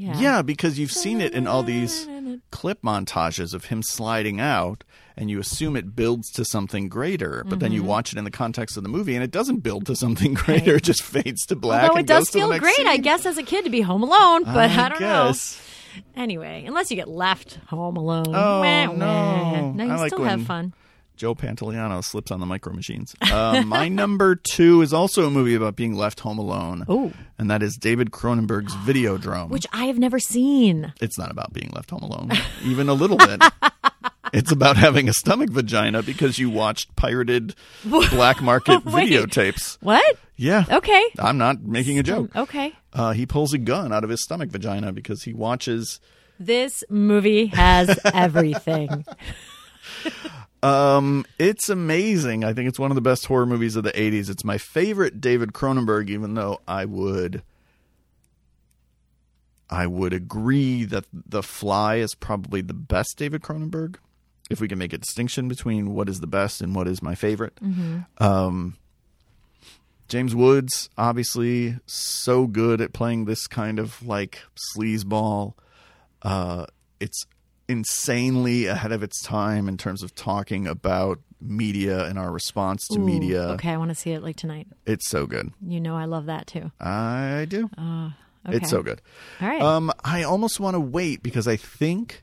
Yeah, because you've seen it in all these clip montages of him sliding out, and you assume it builds to something greater, but then you
Mm-hmm.
watch it in the context of the movie, and it doesn't build to something greater. It just fades to black.
Although it
and
does
goes to the
feel
next
great, I
scene.
guess, as a kid to be home alone, but I, don't
guess.
know. Anyway, unless you get left home alone.
Oh,
Wah,
no.
wah. No, you
I like
still have
when-
fun.
Joe Pantoliano slips on the micro machines. Uh, my number two is also a movie about being left home alone.
Oh.
And that is David Cronenberg's Videodrome.
Which I have never seen.
it's not about being left home alone, even a little bit. It's about having a stomach vagina because you watched pirated black market
Wait.
videotapes.
What?
Yeah.
Okay.
I'm not making a joke.
Okay.
Uh, he pulls a gun out of his stomach vagina because he watches.
This movie has everything.
Um, it's amazing. I think it's one of the best horror movies of the 80s. It's my favorite David Cronenberg, even though I would. I would agree that The Fly is probably the best David Cronenberg, if we can make a distinction between what is the best and what is my favorite.
Mm-hmm.
Um, James Woods, obviously, so good at playing this kind of like sleazeball. Uh, it's insanely ahead of its time in terms of talking about media and our response to
Ooh,
media.
Okay, I want to see it like tonight.
It's so good.
You know I love that too.
I do.
Uh, Okay.
It's so good.
All right.
Um, I almost want to wait because I think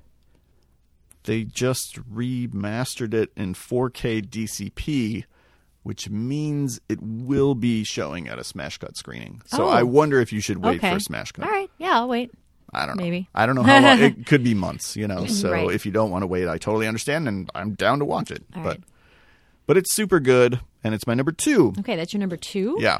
they just remastered it in 4K DCP, which means it will be showing at a Smash Cut screening. So
Oh.
I wonder if you should wait
okay.
for Smash Cut.
All right. Yeah, I'll wait.
I don't know.
Maybe.
I don't know how long. it could be months, you know. So
Right.
if you don't want to wait, I totally understand, and I'm down to watch it.
All
but
right.
but it's super good, and it's my number two.
Okay, that's your number two.
Yeah.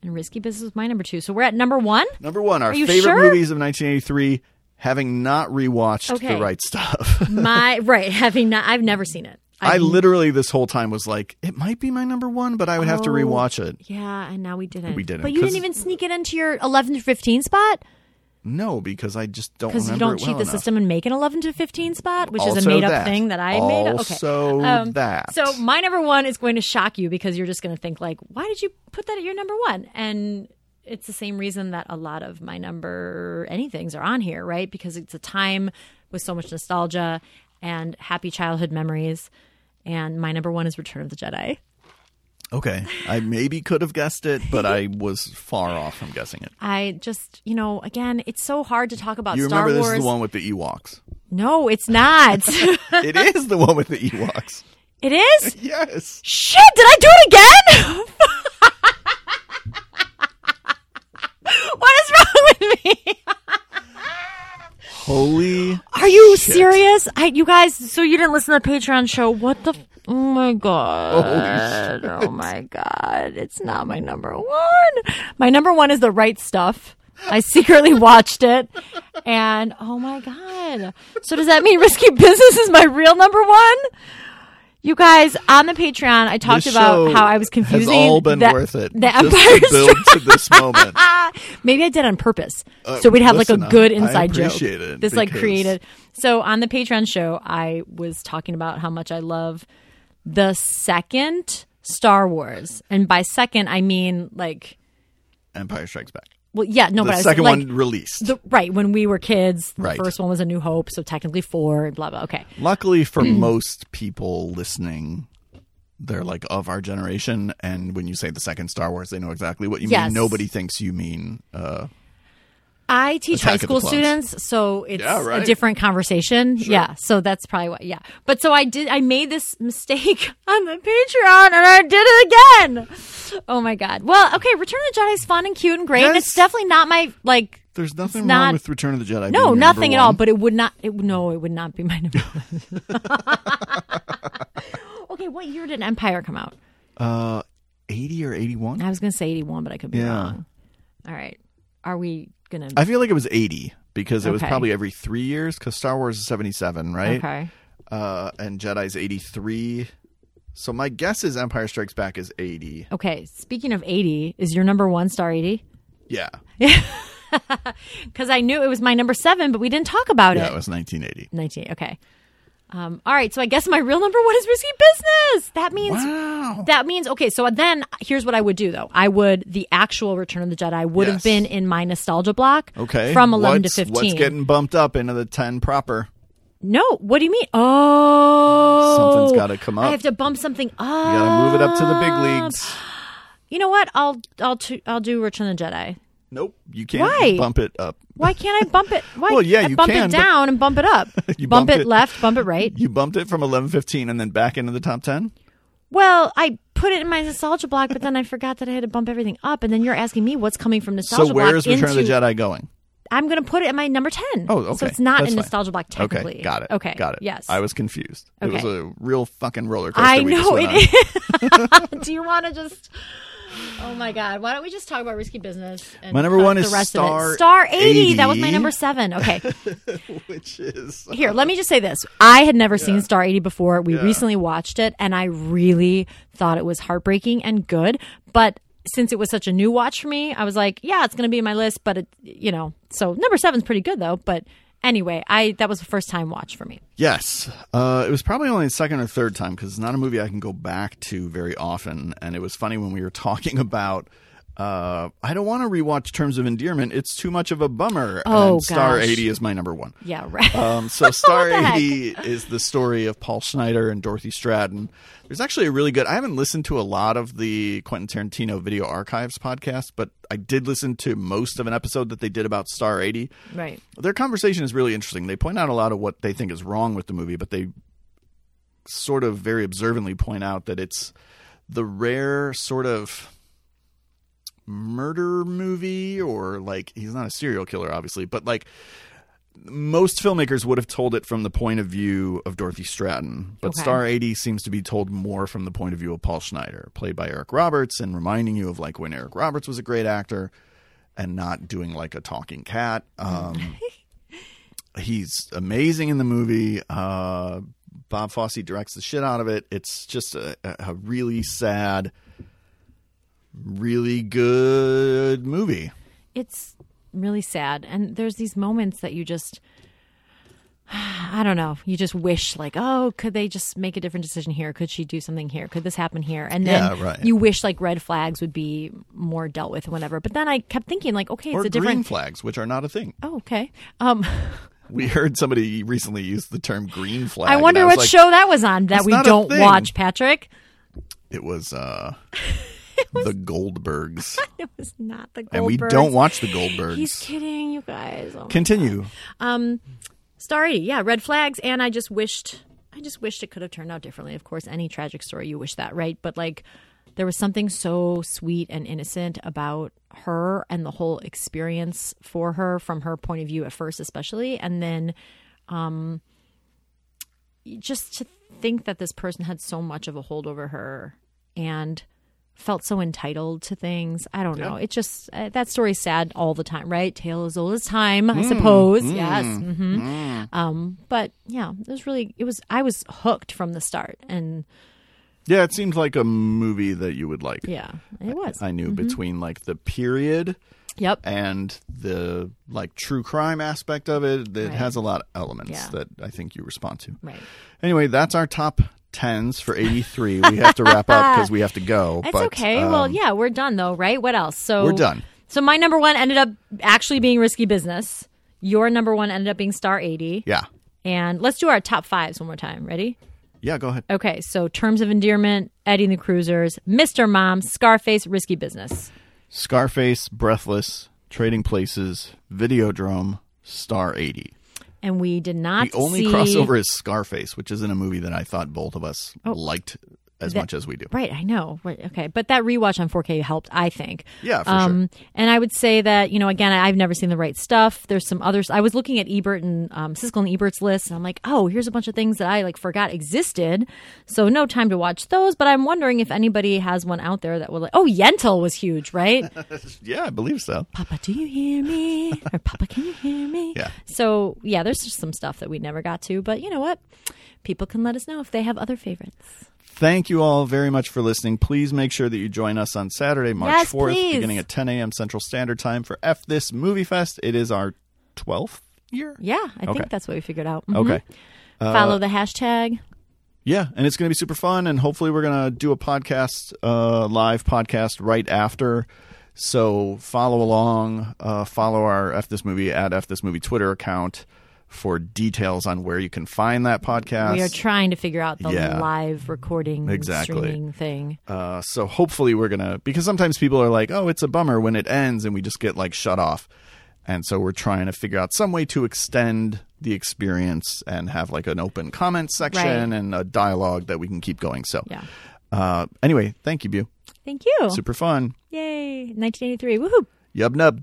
And Risky Business was my number two. So we're at number one.
Number one, our
Are you
favorite
sure?
movies of 1983, having not rewatched
Okay.
The Right Stuff.
My right, having not, I've never seen it.
I literally this whole time was like, it might be my number one, but I would have to
Oh.
rewatch it.
Yeah, and now we didn't.
We didn't,
But you didn't
'cause-
even sneak it into your 11 to 15 spot
No, because I just don't
because
remember
you don't
it
cheat
well
the
enough.
system and make an 11 to 15 spot, which is a
Also
made up
that.
thing that I made up. Okay. Um,
Also that.
So my number one is going to shock you because you're just going to think like, why did you put that at your number one? And it's the same reason that a lot of my number anythings are on here, right? Because it's a time with so much nostalgia and happy childhood memories. And my number one is Return of the Jedi.
Okay, I maybe could have guessed it, but I was far off from guessing it.
I just, you know, again, it's so hard to talk about
You
Star
remember
Wars.
this is the one with the Ewoks.
No, it's not.
it is the one with the Ewoks.
it is?
Yes.
Shit, did I do it again? what is wrong with me?
Holy.
Are you serious? I you guys, so you didn't listen to the Patreon show. What the f- Oh my god. Oh my god. It's not my number 1. My number 1 is The Right Stuff. I secretly watched it and oh my god. So does that mean Risky Business is my real number 1? You guys, on the Patreon, I talked
this
about
show
how I was confusing.
Has all been
the-
worth it.
The
just
Empire
to
Strikes.
build to this moment.
Maybe I did on purpose. so we'd have
Uh, listen,
like a good
I- I
inside
appreciate
joke.
it
this like
because-
created. So on the Patreon show, I was talking about how much I love the second Star Wars, and by second I mean like
Empire Strikes Back.
well, yeah, no,
The
but I was
second
like,
one released.
The, right when we were kids, the
Right.
first one was A New Hope, so technically four, and blah blah. Okay,
Luckily for
Hmm.
most people listening, they're like of our generation, and when you say the second Star Wars, they know exactly what you
Yes.
mean. Nobody thinks you mean. Uh,
I teach
Attack
high
of the
school
Clones.
students, so it's
Yeah,
a
right.
different conversation. Yeah, so that's probably why. Yeah, but so I did. I made this mistake on the Patreon, and I did it again. Oh my god. Well, okay. Return of the Jedi is fun and cute and great. And it's
Yes.
definitely not my like
There's nothing
It's
wrong
not-
with Return of the Jedi. being
No,
your
nothing
number
at all.
one.
But it would not. It, no, it would not be my number one. okay, what year did Empire come out?
uh, eighty or eighty-one.
I was going to say eighty-one, but I could be
Yeah.
wrong. All right, are we going to?
I feel like it was eighty because it was
Okay.
probably every three years. Because Star Wars is seventy-seven, right?
Okay,
Uh, and Jedi's eighty-three. So my guess is Empire Strikes Back is eighty.
okay. Speaking of eighty, is your number one Star eighty?
Yeah,
Because I knew it was my number seven, but we didn't talk about
yeah,
it.
it was nineteen eighty.
19. Okay. Um, all right. So I guess my real number one is risky business. That means.
Wow.
That means okay. So then, here's what I would do though. I would the actual Return of the Jedi would
Yes.
have been in my nostalgia block.
Okay.
from 11
What's-
to 15.
What's getting bumped up into the ten proper?
no, what do you mean? Oh,
Something's gotta come up.
I have to bump something up.
You gotta move it up to the big leagues.
You know what? I'll I'll t- I'll do Return of the Jedi.
Nope, you can't
Why?
bump it up.
Why can't I bump it? Why
Well, yeah,
I
you
bump
can,
it
but-
down and bump it up.
You
bump,
bump
it,
it-
left, bump it right.
You bumped it from eleven fifteen and then back into the top ten.
Well, I put it in my nostalgia block, but then I forgot that I had to bump everything up. And then you're asking me what's coming from nostalgia
So where
block
is Return
into
of the Jedi going?
I'm going to put it at my number 10.
Oh, okay.
So it's not
That's
in
fine.
nostalgia block technically.
Okay, got it.
Okay.
got it.
Yes.
I was confused. It was
Okay.
a real fucking roller coaster.
I
we just
know
went
it
on.
is. Do you want to just Oh my god, why don't we just talk about risky business and
My number
cut
one
the
is
rest of
Star
it. Star 80.
80.
That was my number 7. Okay.
Which is
Here, let me just say this. I had never seen Star 80 before. We recently watched it and I really thought it was heartbreaking and good, but since it was such a new watch for me, I was like, yeah, it's going to be in my list, but it you know. So number 7's pretty good though, but anyway, I that was the first time watch for me.
yes. Uh, it was probably only the second or third time because it's not a movie I can go back to very often. And it was funny when we were talking about. Uh, I don't want to rewatch Terms of Endearment. It's too much of a bummer.
Oh,
and Star
gosh.
80 is my number one.
Yeah, right.
Um, so Star
the heck?
80 is the story of Paul Schneider and Dorothy Stratton. There's actually a really good I haven't listened to a lot of the Quentin Tarantino Video Archives podcast, but I did listen to most of an episode that they did about Star 80.
right.
Their conversation is really interesting. They point out a lot of what they think is wrong with the movie, but they sort of very observantly point out that it's the rare sort of murder movie or like he's not a serial killer obviously but like most filmmakers would have told it from the point of view of Dorothy Stratton, but
Okay.
Star 80 seems to be told more from the point of view of Paul Schneider, played by Eric Roberts, and reminding you of like when Eric Roberts was a great actor and not doing like a talking cat. Um, he's amazing in the movie. Uh, Bob Fosse directs the shit out of it. It's just a, a really sad, really good movie.
It's really sad. And there's these moments that you just I don't know. You just wish like, oh, could they just make a different decision here? Could she do something here? Could this happen here? And then
Yeah, right.
you wish like red flags would be more dealt with and whatever. But then I kept thinking like, okay,
or
it's a
green
different
flags, which are not a thing.
Oh, okay. Um
We heard somebody recently use the term green flag.
I
and
wonder
was
what
like,
show that was on that
"It's
we
not a
don't
thing."
watch, Patrick.
It was, uh, the Goldbergs,
It was not the Goldbergs.
and we don't watch the Goldbergs.
He's kidding, you guys. Oh my
Continue.
Star 80, yeah, red flags. And I just wished, I just wished it could have turned out differently. Of course, any tragic story, you wish that, right? But like, there was something so sweet and innocent about her and the whole experience for her from her point of view at first, especially. And then, um, just to think that this person had so much of a hold over her and felt so entitled to things. I don't know. It just, uh, that story's sad all the time, right? Tale as old as time, I suppose. Yes. hmm but yeah it was really it was i was hooked from the start and
Yeah, it seems like a movie that you would like.
yeah it was Mm-hmm.
I knew between like the period
yep
and the like true crime aspect of it. It
Right.
has a lot of elements
Yeah.
that I think you respond to.
right
Anyway, that's our top tens for eighty three. we have to wrap up because we have to go.
that's
but,
okay
um,
well yeah we're done though right what else so
We're done.
so my number one ended up actually being risky business your number one ended up being star 80
yeah,
and let's do our top fives one more time ready
yeah. Go ahead.
okay so terms of endearment eddie and the cruisers mr mom scarface risky business
Scarface, Breathless, Trading Places, Videodrome, Star eighty.
and we did not
The only
see
crossover is Scarface, which isn't a movie that I thought both of us liked
Oh.
as
that-
much as we do.
Right, I know. Right, okay, but that rewatch on 4K helped, I think. Um,
Yeah, for
And I would say that you know, again, I- I've never seen the right stuff. There's some others. I was looking at Ebert and um, Siskel and Ebert's list, and I'm like, oh, here's a bunch of things that I like forgot existed. So no time to watch those. But I'm wondering if anybody has one out there that will. Like, oh, Yentl was huge, right?
Yeah, I believe so.
Papa, do you hear me? Or Papa, can you hear me?
Yeah.
So yeah, there's just some stuff that we never got to, but you know what? People can let us know if they have other favorites.
Thank you all very much for listening. Please make sure that you join us on Saturday, March
Yes,
4th,
please.
beginning at 10 a.m. Central Standard Time for F This Movie Fest. It is our 12th year.
Yeah, Mm-hmm. I
Okay.
think that's what we figured out.
Okay. Uh,
Follow the hashtag.
Yeah, and it's going to be super fun, and hopefully we're going to do a podcast, uh, live podcast right after. So follow along, uh, follow our F this movie at F this movie Twitter account for details on where you can find that podcast.
We are trying to figure out the
Yeah.
live recording
Exactly.
streaming thing.
Uh, so hopefully we're gonna because sometimes people are like, oh, it's a bummer when it ends, and we just get like shut off. And so we're trying to figure out some way to extend the experience and have like an open comment section
Right.
and a dialogue that we can keep going. So
Yeah.
uh, anyway, thank you, Bu.
Thank you.
Super fun.
Yay. 1983. Woohoo.
Yub nub.